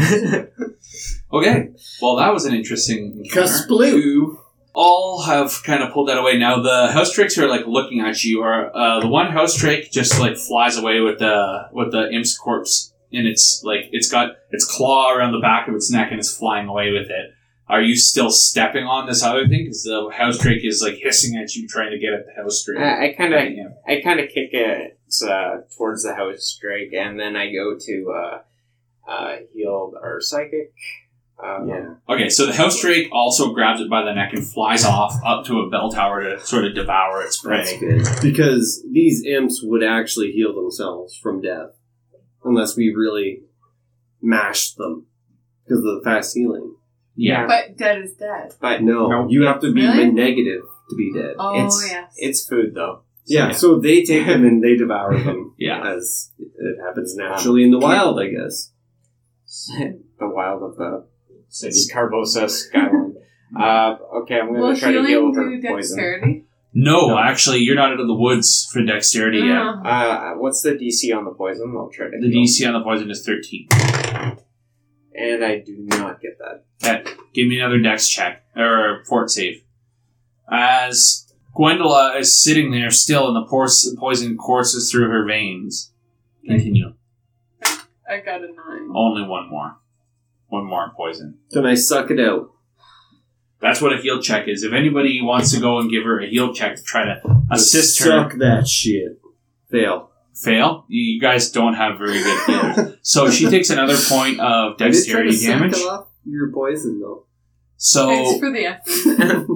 Speaker 1: Okay. Well, that was an interesting. encounter.
Speaker 2: Kasploo.
Speaker 1: You all have kind of pulled that away. Now the house drakes are like looking at you. Or uh, the one house drake just like flies away with the with the imp's corpse, and it's like it's got its claw around the back of its neck, and it's flying away with it. Are you still stepping on this other thing? Because the house drake is like hissing at you, trying to get at the house drake.
Speaker 3: I, I kind of
Speaker 1: Right, yeah.
Speaker 3: I kind of kick it uh, towards the house Drake, and then I go to uh, uh, healed or psychic. Um,
Speaker 2: Yeah.
Speaker 1: Okay, so the house drake also grabs it by the neck and flies off up to a bell tower to sort of devour its prey.
Speaker 2: good. Because these imps would actually heal themselves from death. Unless we really mashed them. Because of the fast healing.
Speaker 1: Yeah.
Speaker 4: But dead is dead.
Speaker 3: but
Speaker 2: No,
Speaker 5: No.
Speaker 2: you have to be
Speaker 4: Really?
Speaker 2: negative to be dead.
Speaker 4: Oh,
Speaker 3: it's
Speaker 4: yes.
Speaker 3: it's food though.
Speaker 2: Yeah, so they take them and they devour them.
Speaker 1: Yeah.
Speaker 2: As it happens naturally in the wild, I guess.
Speaker 3: the wild of the city, Carbosa Skyline. uh, okay, I'm gonna
Speaker 4: Will
Speaker 3: try to deal
Speaker 4: healing
Speaker 3: with her
Speaker 4: do
Speaker 3: poison.
Speaker 4: dexterity?
Speaker 1: No,
Speaker 3: No.
Speaker 1: actually, you're not out of the woods for dexterity yet.
Speaker 4: Ah.
Speaker 3: Uh, what's the DC on the poison? I'll try to
Speaker 1: The
Speaker 3: heal.
Speaker 1: DC on the poison is 13.
Speaker 3: and I do not get that.
Speaker 1: Give me another dex check, or fort save. As Gwendola is sitting there still, and the por- poison courses through her veins. Continue.
Speaker 4: I got a nine.
Speaker 3: Oh.
Speaker 1: Only one more. One more poison.
Speaker 2: Then I suck it out.
Speaker 1: That's what a heal check is. If anybody wants to go and give her a heal check to try to assist her,
Speaker 2: Suck that shit. Fail.
Speaker 1: fail. You guys don't have very good healers. so she takes another point of
Speaker 2: I did try to
Speaker 1: dexterity
Speaker 2: suck
Speaker 1: damage.
Speaker 2: off Your poison though.
Speaker 1: So
Speaker 4: Thanks for the effort.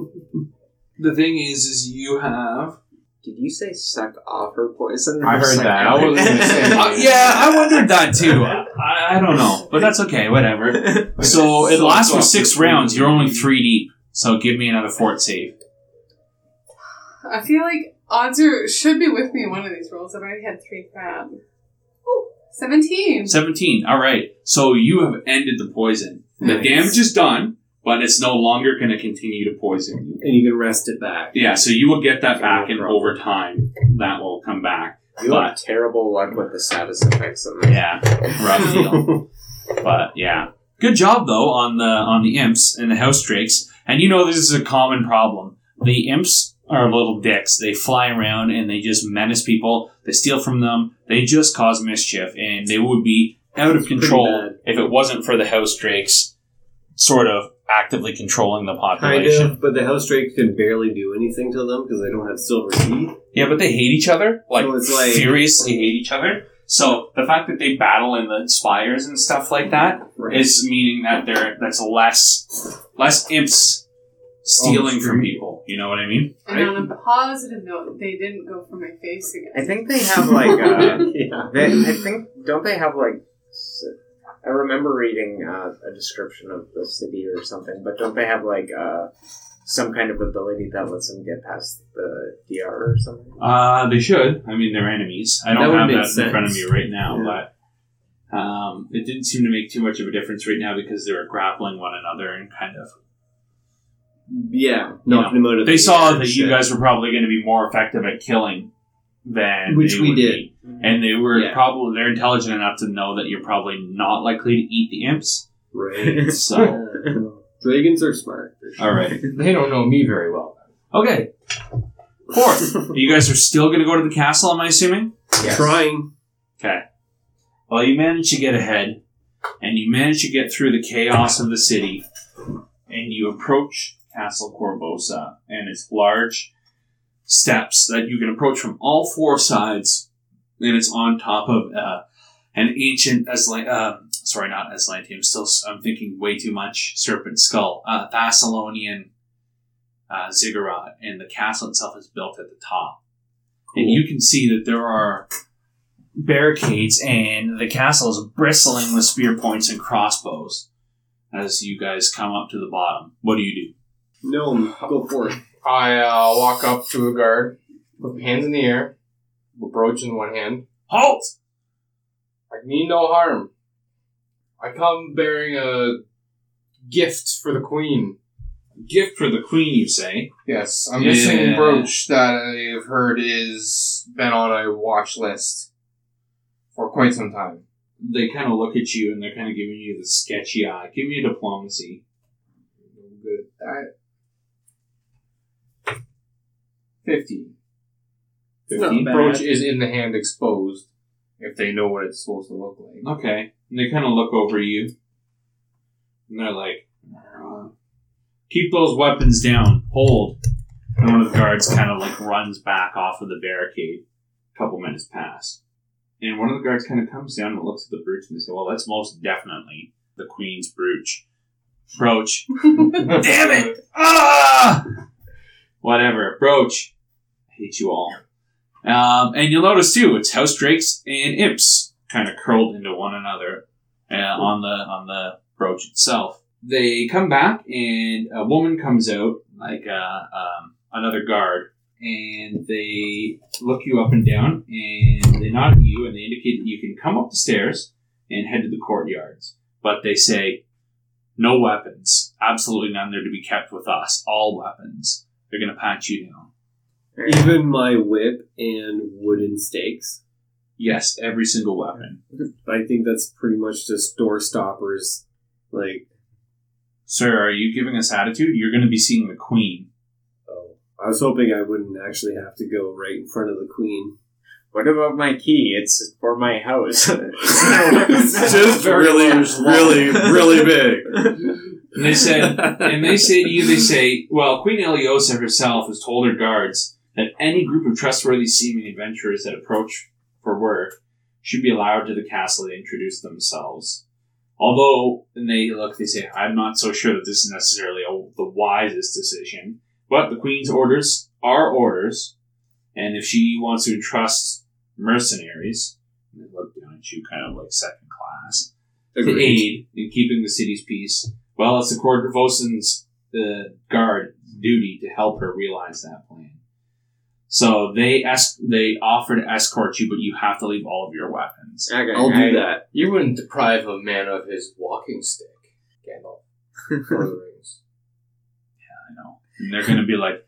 Speaker 1: the thing is, is you have
Speaker 3: Did you say suck off her poison?
Speaker 5: I heard
Speaker 3: Suck
Speaker 5: that.
Speaker 3: out.
Speaker 5: I wasn't gonna say
Speaker 1: Uh, yeah, I wondered that too. I, I don't know, but that's okay. Whatever. So it lasts for six rounds. You're only three deep. So give me another fort save.
Speaker 4: I feel like odds are should be with me in one of these rolls. I've already had three crab. Oh, 17.
Speaker 1: Seventeen. All right. So you have ended the poison. The
Speaker 4: Nice.
Speaker 1: damage is done, but it's no longer going to continue to poison you.
Speaker 2: And you can rest it back.
Speaker 1: Yeah. So you will get that back, and
Speaker 3: No problem.
Speaker 1: over time, that will come back.
Speaker 3: You
Speaker 1: But-
Speaker 3: have terrible luck with the status effects on that.
Speaker 1: Yeah. Rough deal. But yeah, good job though on the on the imps and the house drakes. And you know this is a common problem. The imps are little dicks. They fly around and they just menace people. They steal from them. They just cause mischief, and they would be out of control
Speaker 2: bad.
Speaker 1: if it wasn't for the house drakes, sort of actively controlling the
Speaker 2: kind
Speaker 1: population.
Speaker 2: of, but the house drake can barely do anything to them because they don't have silver teeth.
Speaker 1: Yeah, but they hate each other. Like,
Speaker 2: So it's like-
Speaker 1: furiously hate each other. So the fact that they battle in the spires and stuff like that is
Speaker 2: Right.
Speaker 1: meaning that there that's less less imps stealing from people. You know what I mean?
Speaker 4: And on a positive note, they didn't go for my face again.
Speaker 3: I think they have like uh,
Speaker 2: yeah.
Speaker 3: they, I think don't they have like s- I remember reading uh, a description of the city or something, but don't they have like uh, some kind of ability that lets them get past the DR or something?
Speaker 1: Uh, they should. I mean, they're enemies. I
Speaker 2: That
Speaker 1: don't
Speaker 2: would
Speaker 1: have
Speaker 2: make
Speaker 1: that in front of
Speaker 2: sense.
Speaker 1: me right now,
Speaker 2: Yeah.
Speaker 1: but um, it didn't seem to make too much of a difference right now because they were grappling one another and kind of.
Speaker 2: Yeah, knocking them out of
Speaker 1: They
Speaker 2: the
Speaker 1: saw
Speaker 2: air
Speaker 1: that
Speaker 2: and
Speaker 1: you
Speaker 2: shit.
Speaker 1: guys were probably going to be more effective at killing than
Speaker 2: Which
Speaker 1: they
Speaker 2: we
Speaker 1: would
Speaker 2: did.
Speaker 1: be. and they were
Speaker 2: Yeah.
Speaker 1: probably they're intelligent enough to know that you're probably not likely to eat the imps.
Speaker 2: Right. Uh,
Speaker 1: So,
Speaker 2: Dragons are smart.
Speaker 1: all right,
Speaker 5: They don't know me very well.
Speaker 1: okay. Fourth, you guys are still going to go to the castle. Am I assuming?
Speaker 2: Trying.
Speaker 1: Okay. Well, you manage to get ahead, and you manage to get through the chaos of the city, and you approach Castle Corvosa and its large steps that you can approach from all four sides, and it's on top of uh, an ancient Aslan- uh, sorry, not Aslantium. Still, s- I'm thinking way too much. Serpent skull, uh, Thessalonian uh, ziggurat, and the castle itself is built at the top. And you can see that there are barricades and the castle is bristling with spear points and crossbows as you guys come up to the bottom. What do you
Speaker 2: No, go for it.
Speaker 5: I uh, walk up to a guard, put my hands in the air, a brooch in one hand.
Speaker 1: do? Halt!
Speaker 5: I mean no harm. I come bearing a gift for the queen.
Speaker 1: Gift for the queen, you say.
Speaker 5: Yes, a missing
Speaker 1: Yeah.
Speaker 5: brooch that I've heard is been on a watch list for quite some time.
Speaker 1: They kind of look at you and they're kind of giving you the sketchy eye. Give me a diplomacy.
Speaker 5: Good at that. Fifty.
Speaker 2: not
Speaker 5: The
Speaker 2: bad.
Speaker 5: brooch is in the hand exposed. If they know what it's supposed to look like.
Speaker 1: Okay. And they kind of look over you. And they're like, "Uh, keep those weapons down. Hold. And one of the guards kind of like runs back off of the barricade. A couple minutes pass. And one of the guards kind of comes down and looks at the brooch and they say, well, that's most definitely the queen's brooch. Brooch. Damn it! Ah! Whatever. Brooch. I hate you all. Um, and you'll notice too, it's house drakes and imps kind of curled into one another uh, on the on the brooch itself. They come back, and a woman comes out, like uh, um, another guard, and they look you up and down, and they nod at you, and they indicate that you can come up the stairs and head to the courtyards. But they say, no weapons, absolutely none. They're to be kept with us. All weapons. They're going to pat you down.
Speaker 2: Even my whip and wooden stakes.
Speaker 1: Yes, every single weapon.
Speaker 2: I think that's pretty much just door stoppers. Like,
Speaker 1: Sir, are you giving us attitude? You're going to be seeing the queen.
Speaker 2: oh, I was hoping I wouldn't actually have to go right in front of the queen.
Speaker 3: What about my key? It's for my house.
Speaker 2: It's just really, really, really big.
Speaker 1: And they said, and they say to you, they say, well, Queen Eliosa herself has told her guards that any group of trustworthy seeming adventurers that approach for work should be allowed to the castle to introduce themselves. Although, and they look, they say, I'm not so sure that this is necessarily a, the wisest decision, but the Queen's orders are orders, and if she wants to entrust mercenaries, and they look down at you kind of like second class, to aid in keeping the city's peace. Well, it's the Cordovosan's uh, guard duty to help her realize that plan. So they es- they offer to escort you, but you have to leave all of your weapons.
Speaker 3: Okay,
Speaker 2: I'll
Speaker 3: I-
Speaker 2: do that.
Speaker 5: You wouldn't deprive a man of his walking stick, Gandalf. Lord of the Rings.
Speaker 1: I know, and they're going to be like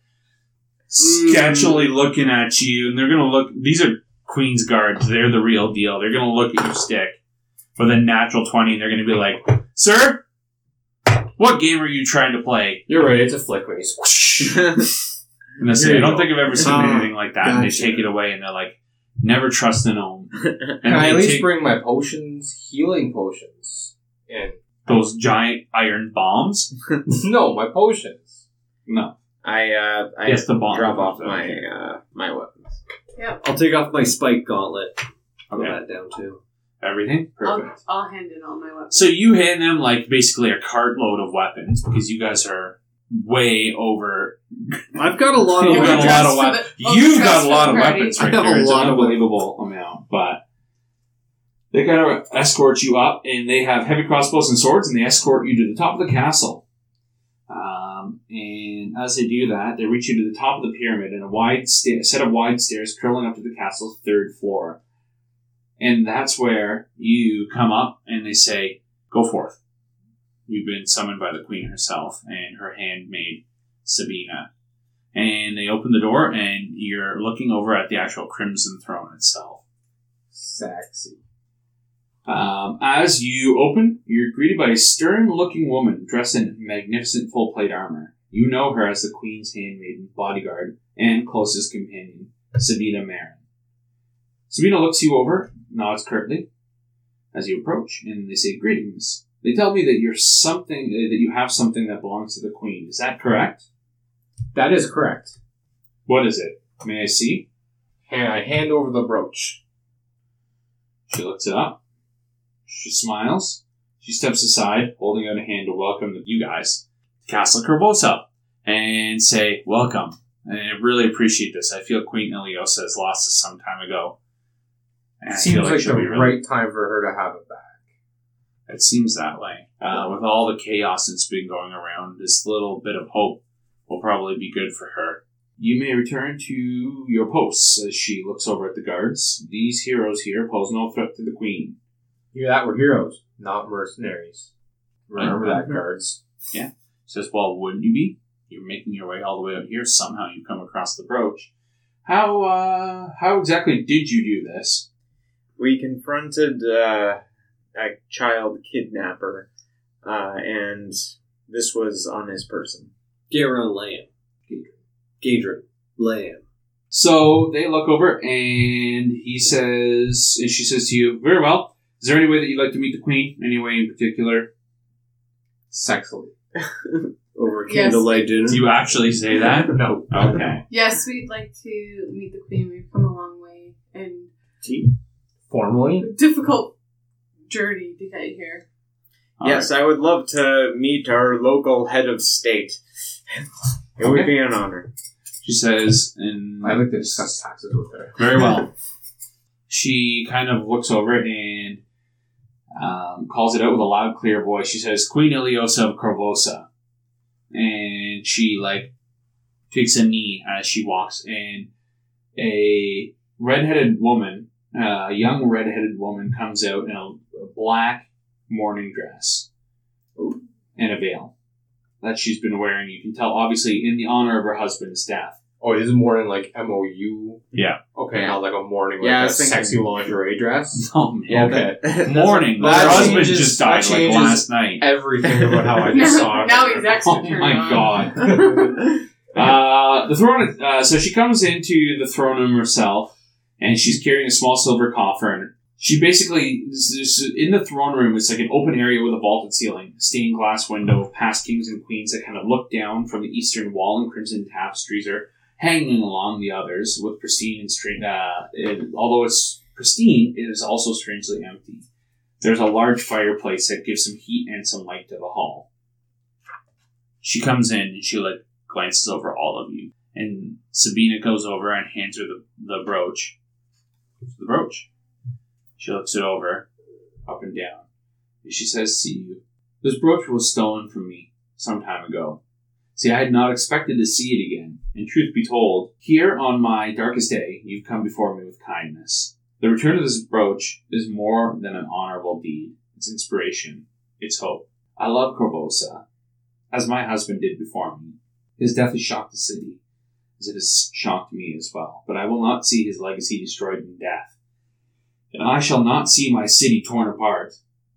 Speaker 1: sketchily looking at you, and they're going to look. These are Queen's guards; they're the real deal. They're going to look at your stick with a natural twenty, and they're going to be like, "Sir, what game are you trying to play?"
Speaker 5: You're right, it's a flick race.
Speaker 1: I'm gonna say,
Speaker 2: There
Speaker 1: I
Speaker 2: you
Speaker 1: don't
Speaker 2: go.
Speaker 1: think I've ever seen
Speaker 2: Ah,
Speaker 1: anything like that. And they
Speaker 2: gotcha.
Speaker 1: take it away and they're like, never trust an own.
Speaker 5: Can
Speaker 1: And
Speaker 5: I at
Speaker 1: they
Speaker 5: least
Speaker 1: take
Speaker 5: bring my potions, healing potions, and
Speaker 1: those giant iron bombs.
Speaker 5: no, my potions.
Speaker 1: No.
Speaker 3: I uh, I
Speaker 1: yes, the bomb.
Speaker 3: drop off
Speaker 1: Okay.
Speaker 3: my uh, my weapons.
Speaker 2: I'll take off my spike gauntlet. Put
Speaker 1: Okay.
Speaker 2: that down too.
Speaker 1: Everything?
Speaker 4: I'll,
Speaker 1: Perfect.
Speaker 4: I'll hand in all my weapons.
Speaker 1: So you hand them like basically a cartload of weapons because you guys are way over.
Speaker 2: I've got a lot of
Speaker 1: You've got a
Speaker 2: weapons.
Speaker 1: lot of
Speaker 4: Overdressed
Speaker 1: weapons.
Speaker 4: for Oh, the-
Speaker 1: You've got
Speaker 4: overdressed
Speaker 1: a
Speaker 4: for
Speaker 1: lot of
Speaker 4: the party.
Speaker 1: weapons right
Speaker 2: I have
Speaker 1: there.
Speaker 2: a
Speaker 1: It's
Speaker 2: lot
Speaker 1: an
Speaker 2: of
Speaker 1: unbelievable amount. But They kind of escort you up, and they have heavy crossbows and swords, and they escort you to the top of the castle. Um, and as they do that, they reach you to the top of the pyramid and a wide sta- set of wide stairs curling up to the castle's third floor. And that's where you come up, and they say, "Go forth." You've been summoned by the queen herself and her handmaid Sabina. And they open the door, and you're looking over at the actual Crimson Throne itself.
Speaker 3: Sexy.
Speaker 1: Um, as you open, you're greeted by a stern looking woman dressed in magnificent full plate armor. You know her as the Queen's handmaiden, bodyguard, and closest companion, Sabina Marin. Sabina looks you over, nods curtly as you approach, and they say, Greetings. They tell me that you're something, uh, that you have something that belongs to the Queen. Is that correct?
Speaker 5: That is correct.
Speaker 1: What is it? May I see?
Speaker 5: And I hand over the brooch.
Speaker 1: She looks it up. She smiles. She steps aside, holding out a hand to welcome you guys to Castle Corvosa and say, Welcome. I really appreciate this. I feel Queen Iliosa has lost us some time ago. And I
Speaker 5: Seems
Speaker 1: feel
Speaker 5: like,
Speaker 1: she'll
Speaker 5: the
Speaker 1: be really-
Speaker 5: right time for her to have it back.
Speaker 1: It seems that way. Uh, with all the chaos that's been going around, this little bit of hope will probably be good for her. You may return to your posts as she looks over at the guards. These heroes here pose no threat to the Queen.
Speaker 5: You that were heroes, not mercenaries. Remember
Speaker 1: Right.
Speaker 5: that, guards.
Speaker 1: Says, Well, wouldn't you be? You're making your way all the way out here. Somehow you come across the brooch. How uh, how exactly did you do this?
Speaker 3: We confronted uh, a child kidnapper, uh, and this was on his person.
Speaker 2: Garon Lamb. Gadron Lamb.
Speaker 1: So they look over and he says and she says to you, Very well. Is there any way that you'd like to meet the Queen? Any way in particular?
Speaker 5: Sexually.
Speaker 2: Over
Speaker 4: Yes.
Speaker 2: a candlelight dinner.
Speaker 1: Do you actually say that?
Speaker 5: No.
Speaker 1: Okay.
Speaker 4: Yes, we'd like to meet the queen. We've come a long way and
Speaker 5: Formally?
Speaker 4: difficult journey to get here.
Speaker 3: yes, I would love to meet our local head of state. it would be an honor.
Speaker 1: She says, and
Speaker 5: I like to discuss taxes with her.
Speaker 1: Very well. she kind of looks over and um, calls it out with a loud, clear voice. She says, "Queen Iliosa of Corvosa," and she like takes a knee as she walks, and a redheaded woman, uh, a young redheaded woman, comes out in a, a black morning dress and a veil that she's been wearing. You can tell, obviously, in the honor of her husband's death.
Speaker 5: Oh, it is more in like MOU.
Speaker 1: Yeah.
Speaker 5: Okay, not like a morning
Speaker 3: Yeah, I
Speaker 5: like a
Speaker 3: was thinking-
Speaker 5: sexy lingerie dress.
Speaker 1: Oh man.
Speaker 3: Yeah,
Speaker 5: okay.
Speaker 1: morning.
Speaker 5: That
Speaker 1: Her husband
Speaker 5: changes-
Speaker 1: just died
Speaker 5: that
Speaker 1: like
Speaker 5: changes-
Speaker 1: last night.
Speaker 5: Everything about how I just
Speaker 4: now,
Speaker 5: saw it.
Speaker 4: now he's extra
Speaker 1: Oh
Speaker 4: turned
Speaker 1: my
Speaker 4: on.
Speaker 1: god.
Speaker 3: that-
Speaker 1: Uh, the throne. Uh, so she comes into the throne room herself, and she's carrying a small silver coffer. She basically this is- in the throne room. It's like an open area with a vaulted ceiling, stained glass window, past kings and queens that kind of look down from the eastern wall, and crimson tapestries are hanging along the others with pristine and straight. Uh, it- although it's pristine, it is also strangely empty. There's a large fireplace that gives some heat and some light to the hall. She comes in and she like glances over all of you. And Sabina goes over and hands her the, the brooch. Gives her The brooch. She looks it over, up and down. And she says, See you. This brooch was stolen from me some time ago. See, I had not expected to see it again. And truth be told, here on my darkest day, you've come before me with kindness. The return of this brooch is more than an honorable deed. It's inspiration. It's hope. I love Corvosa, as my husband did before me. His death has shocked the city, as it has shocked me as well. But I will not see his legacy destroyed in death. And I shall not see my city torn apart.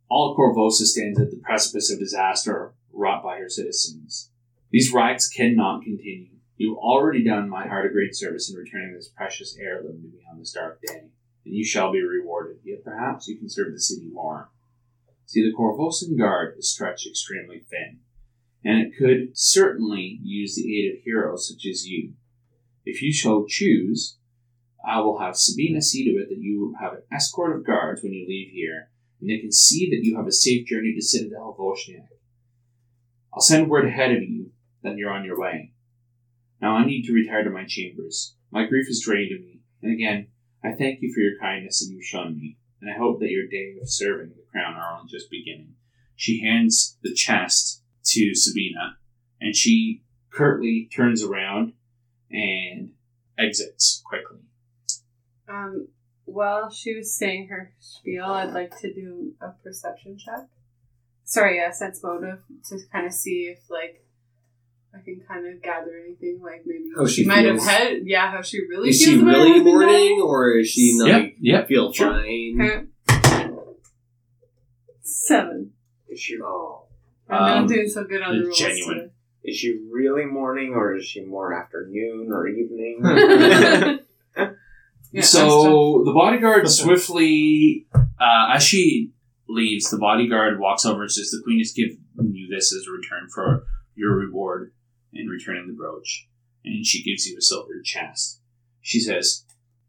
Speaker 1: All Corvosa stands at the precipice of disaster wrought by her citizens. These riots cannot continue. You have already done my heart a great service in returning this precious heirloom to me on this dark day, and you shall be rewarded. Yet perhaps you can serve the city more. See, the Corvosan guard is stretched extremely thin and it could certainly use the aid of heroes such as you. If you shall choose, I will have Sabina see to it that you have an escort of guards when you leave here, and they can see that you have a safe journey to Citadel Voshniak. I'll send word ahead of you that you're on your way. Now I need to retire to my chambers. My grief is draining me, and again, I thank you for your kindness that you've shown me. and I hope that your day of serving the crown are only just beginning. She hands the chest to Sabina, and she curtly turns around and exits quickly.
Speaker 4: Um, while she was saying her spiel, I'd like to do a perception check. Sorry, yeah, sense motive to kind of see if like I can kind of gather anything. Like maybe
Speaker 2: How she
Speaker 4: might
Speaker 2: feels.
Speaker 4: have had, yeah, how she really
Speaker 2: is
Speaker 4: feels
Speaker 2: she
Speaker 4: about
Speaker 2: really
Speaker 4: everything going.
Speaker 2: mourning, or is she not?
Speaker 1: Yep, yep.
Speaker 2: Feel
Speaker 1: Sure.
Speaker 2: fine.
Speaker 4: Okay. Seven.
Speaker 3: Is she
Speaker 4: I'm
Speaker 1: Um,
Speaker 4: not doing so good on the
Speaker 1: it's
Speaker 4: rules.
Speaker 1: genuine.
Speaker 4: today.
Speaker 3: is she really morning or is she more afternoon or evening?
Speaker 4: Yeah,
Speaker 1: so the bodyguard swiftly, uh, as she leaves, the bodyguard walks over and says, "The queen has given you this as a return for your reward in returning the brooch." And she gives you a silver chest. She says,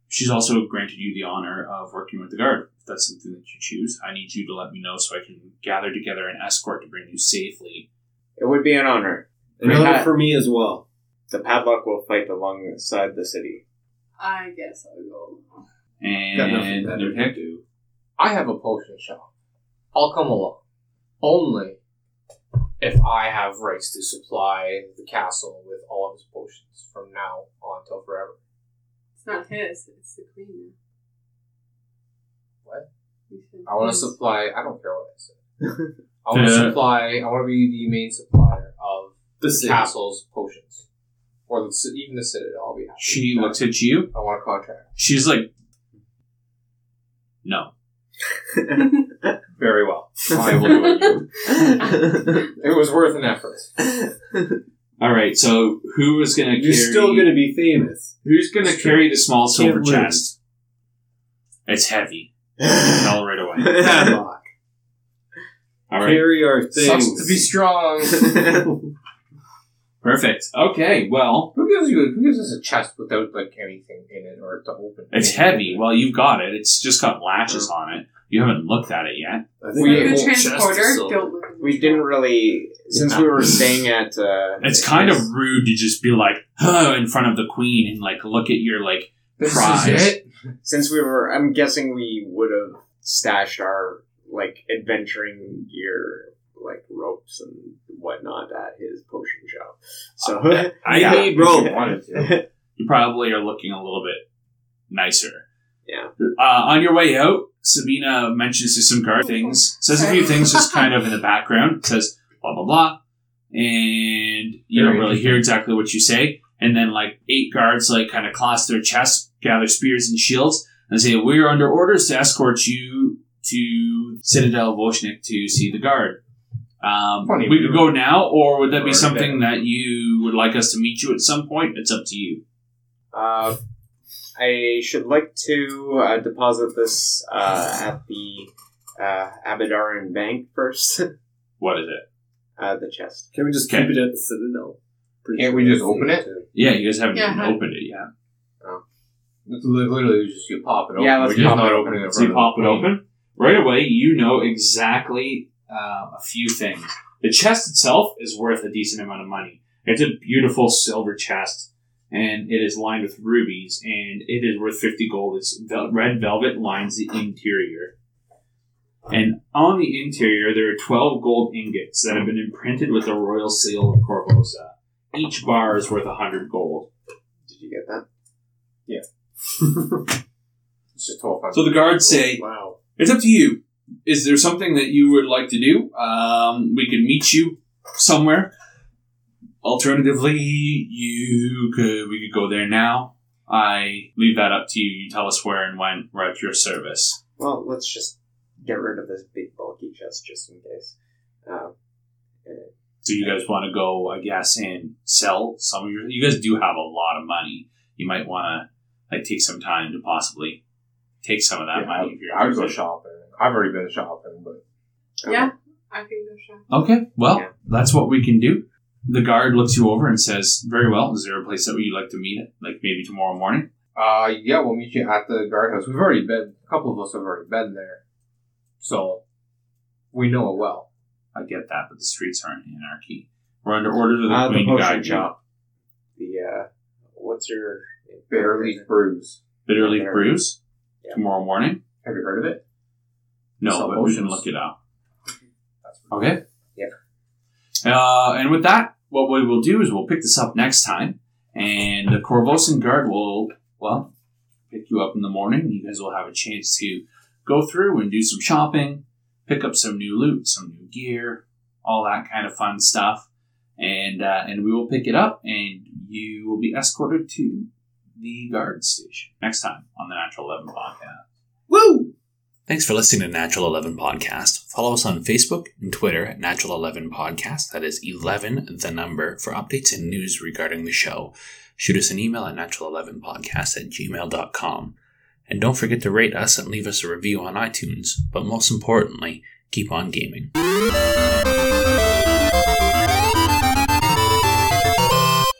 Speaker 1: "She's also granted you the honor of working with the guard. If that's something that you choose, I need you to let me know so I can gather together an escort to bring you safely."
Speaker 3: It would be an honor.
Speaker 2: Another
Speaker 3: Right.
Speaker 2: for me as well.
Speaker 3: The padlock will fight alongside the city.
Speaker 4: I guess I'll go. along.
Speaker 2: Got nothing
Speaker 1: And
Speaker 2: better to do.
Speaker 5: I have a potion shop. I'll come along. Only if I have rights to supply the castle with all of his potions from now on till forever.
Speaker 4: It's not his. It's the queen.
Speaker 5: What?
Speaker 4: You Hmm. said
Speaker 5: I want to
Speaker 4: his.
Speaker 5: supply. I don't care what I say. I want to
Speaker 1: Yeah.
Speaker 5: supply. I want to be the main supplier of
Speaker 2: The
Speaker 5: the
Speaker 2: city.
Speaker 5: castle's potions, or the, ci- even the citadel. I'll be happy.
Speaker 1: she
Speaker 5: with that.
Speaker 1: looks at you.
Speaker 5: I want a contract.
Speaker 1: She's like, "No."
Speaker 5: Very well. I will do it. It was worth an effort.
Speaker 1: All right. So who is going to carry?
Speaker 2: You're still going to be famous.
Speaker 1: who's going to
Speaker 2: That's true.
Speaker 1: carry the small silver
Speaker 2: Can't lose.
Speaker 1: chest? It's heavy. Tell right away.
Speaker 2: Padlock.
Speaker 1: All right.
Speaker 2: Carry our
Speaker 5: Sucks
Speaker 2: things.
Speaker 5: to be strong.
Speaker 1: Perfect. Okay. Well,
Speaker 5: who gives you? Who gives us a chest without like anything in it or to open?
Speaker 1: it's heavy. Well, you've got it. It's just got latches on it. You haven't looked at it yet.
Speaker 2: I
Speaker 4: It's
Speaker 2: think
Speaker 5: We-
Speaker 2: the
Speaker 4: like
Speaker 2: whole
Speaker 4: the
Speaker 2: chest is
Speaker 4: transporter.
Speaker 2: sold.
Speaker 4: Don't look at
Speaker 3: We
Speaker 4: the
Speaker 3: didn't really, since we were staying at. Uh,
Speaker 1: It's kind of rude to just be like huh, in front of the queen and like look at your like
Speaker 5: This
Speaker 1: prize.
Speaker 5: is it.
Speaker 3: Since we were, I'm guessing we would have stashed our like adventuring gear, like ropes and whatnot, at his potion shop. So
Speaker 1: I
Speaker 2: Yeah.
Speaker 1: yeah.
Speaker 2: need rope.
Speaker 6: wanted to.
Speaker 1: You probably are looking a little bit nicer.
Speaker 3: Yeah.
Speaker 1: Uh, on your way out, Sabina mentions to some guard things, says a few things just kind of in the background, says blah blah blah, and you
Speaker 5: Very
Speaker 1: don't really hear exactly what you say. And then like eight guards like kind of clasp their chests, gather spears and shields, and say, "We are under orders to escort you to Citadel Voshnik to see the guard." Um,
Speaker 5: Funny
Speaker 1: we
Speaker 5: we
Speaker 1: could
Speaker 5: were-
Speaker 1: go now, or would that
Speaker 5: Or
Speaker 1: be something
Speaker 5: then.
Speaker 1: that you would like us to meet you at some point? It's up to you.
Speaker 3: Uh, I should like to uh, deposit this uh, at the uh, Abidaran Bank first.
Speaker 1: What is it?
Speaker 3: uh, the chest.
Speaker 2: Can we just
Speaker 1: Okay.
Speaker 2: keep it at the Citadel? Pretty
Speaker 5: Can't we
Speaker 2: sure
Speaker 5: just
Speaker 2: that's
Speaker 5: open
Speaker 2: the-
Speaker 5: it?
Speaker 1: Yeah, you guys haven't
Speaker 4: Yeah,
Speaker 1: even
Speaker 4: huh?
Speaker 1: opened it yet.
Speaker 5: It's li- Literally, just you pop it open.
Speaker 3: Yeah, let's
Speaker 5: We're just
Speaker 3: pop
Speaker 5: not
Speaker 3: it
Speaker 5: opening
Speaker 3: open.
Speaker 5: it.
Speaker 1: So you pop it open. Right away, you know exactly uh, a few things. The chest itself is worth a decent amount of money. It's a beautiful silver chest, and it is lined with rubies, and it is worth 50 gold. It's vel- red velvet lines the interior. And on the interior, there are 12 gold ingots that have been imprinted with the royal seal of Corvosa. Each bar is worth 100 gold.
Speaker 3: Did you get that?
Speaker 5: It's just twelve hundred.
Speaker 1: So the guards
Speaker 5: Oh,
Speaker 1: say,
Speaker 2: Wow.
Speaker 1: It's up to you. Is there something that you would like to do? Um, we can meet you somewhere. Alternatively, you could we could go there now. I leave that up to you. You tell us where and when. We're at your service.
Speaker 3: Well, let's just get rid of this big bulky chest just in case. Uh, uh,
Speaker 1: So you guys want to go, I guess, and sell some of your. You guys do have a lot of money. You might want to like take some time to possibly take some of that
Speaker 5: Yeah,
Speaker 1: money. if you're
Speaker 5: I would go shopping. I've already been shopping, but
Speaker 4: Yeah, I can go shop.
Speaker 1: Okay, well,
Speaker 3: Yeah.
Speaker 1: that's what we can do. The guard looks you over and says, Very well, is there a place that you'd like to meet at? Like maybe tomorrow morning?
Speaker 5: uh, yeah, we'll meet you at the guardhouse. We've already been. A couple of us have already been there, so we know it well.
Speaker 1: I get that, but the streets aren't anarchy. We're under orders of the
Speaker 3: uh, the
Speaker 1: Queen to
Speaker 3: potion
Speaker 1: guide you.
Speaker 3: shop. The, uh, what's your.
Speaker 5: Barely bruise.
Speaker 1: Bitterleaf
Speaker 3: There.
Speaker 1: Brews
Speaker 3: Yeah.
Speaker 1: tomorrow morning.
Speaker 5: Have you heard of it?
Speaker 1: No, but we can
Speaker 6: Salvations.
Speaker 1: look it up.
Speaker 5: Okay.
Speaker 1: Uh, and with that, what we will do is we'll pick this up next time, and the Corvosan guard will, well, pick you up in the morning. You guys will have a chance to go through and do some shopping, pick up some new loot, some new gear, all that kind of fun stuff, and uh, and we will pick it up, and you will be escorted to the guard station next time on the Natural Eleven podcast.
Speaker 2: Woo!
Speaker 7: Thanks for listening to Natural 11 Podcast. Follow us on Facebook and Twitter at Natural 11 Podcast. That is 11 the number for updates and news regarding the show. Shoot us an email at natural11podcast at gmail.com. And don't forget to rate us and leave us a review on iTunes. But most importantly, keep on gaming.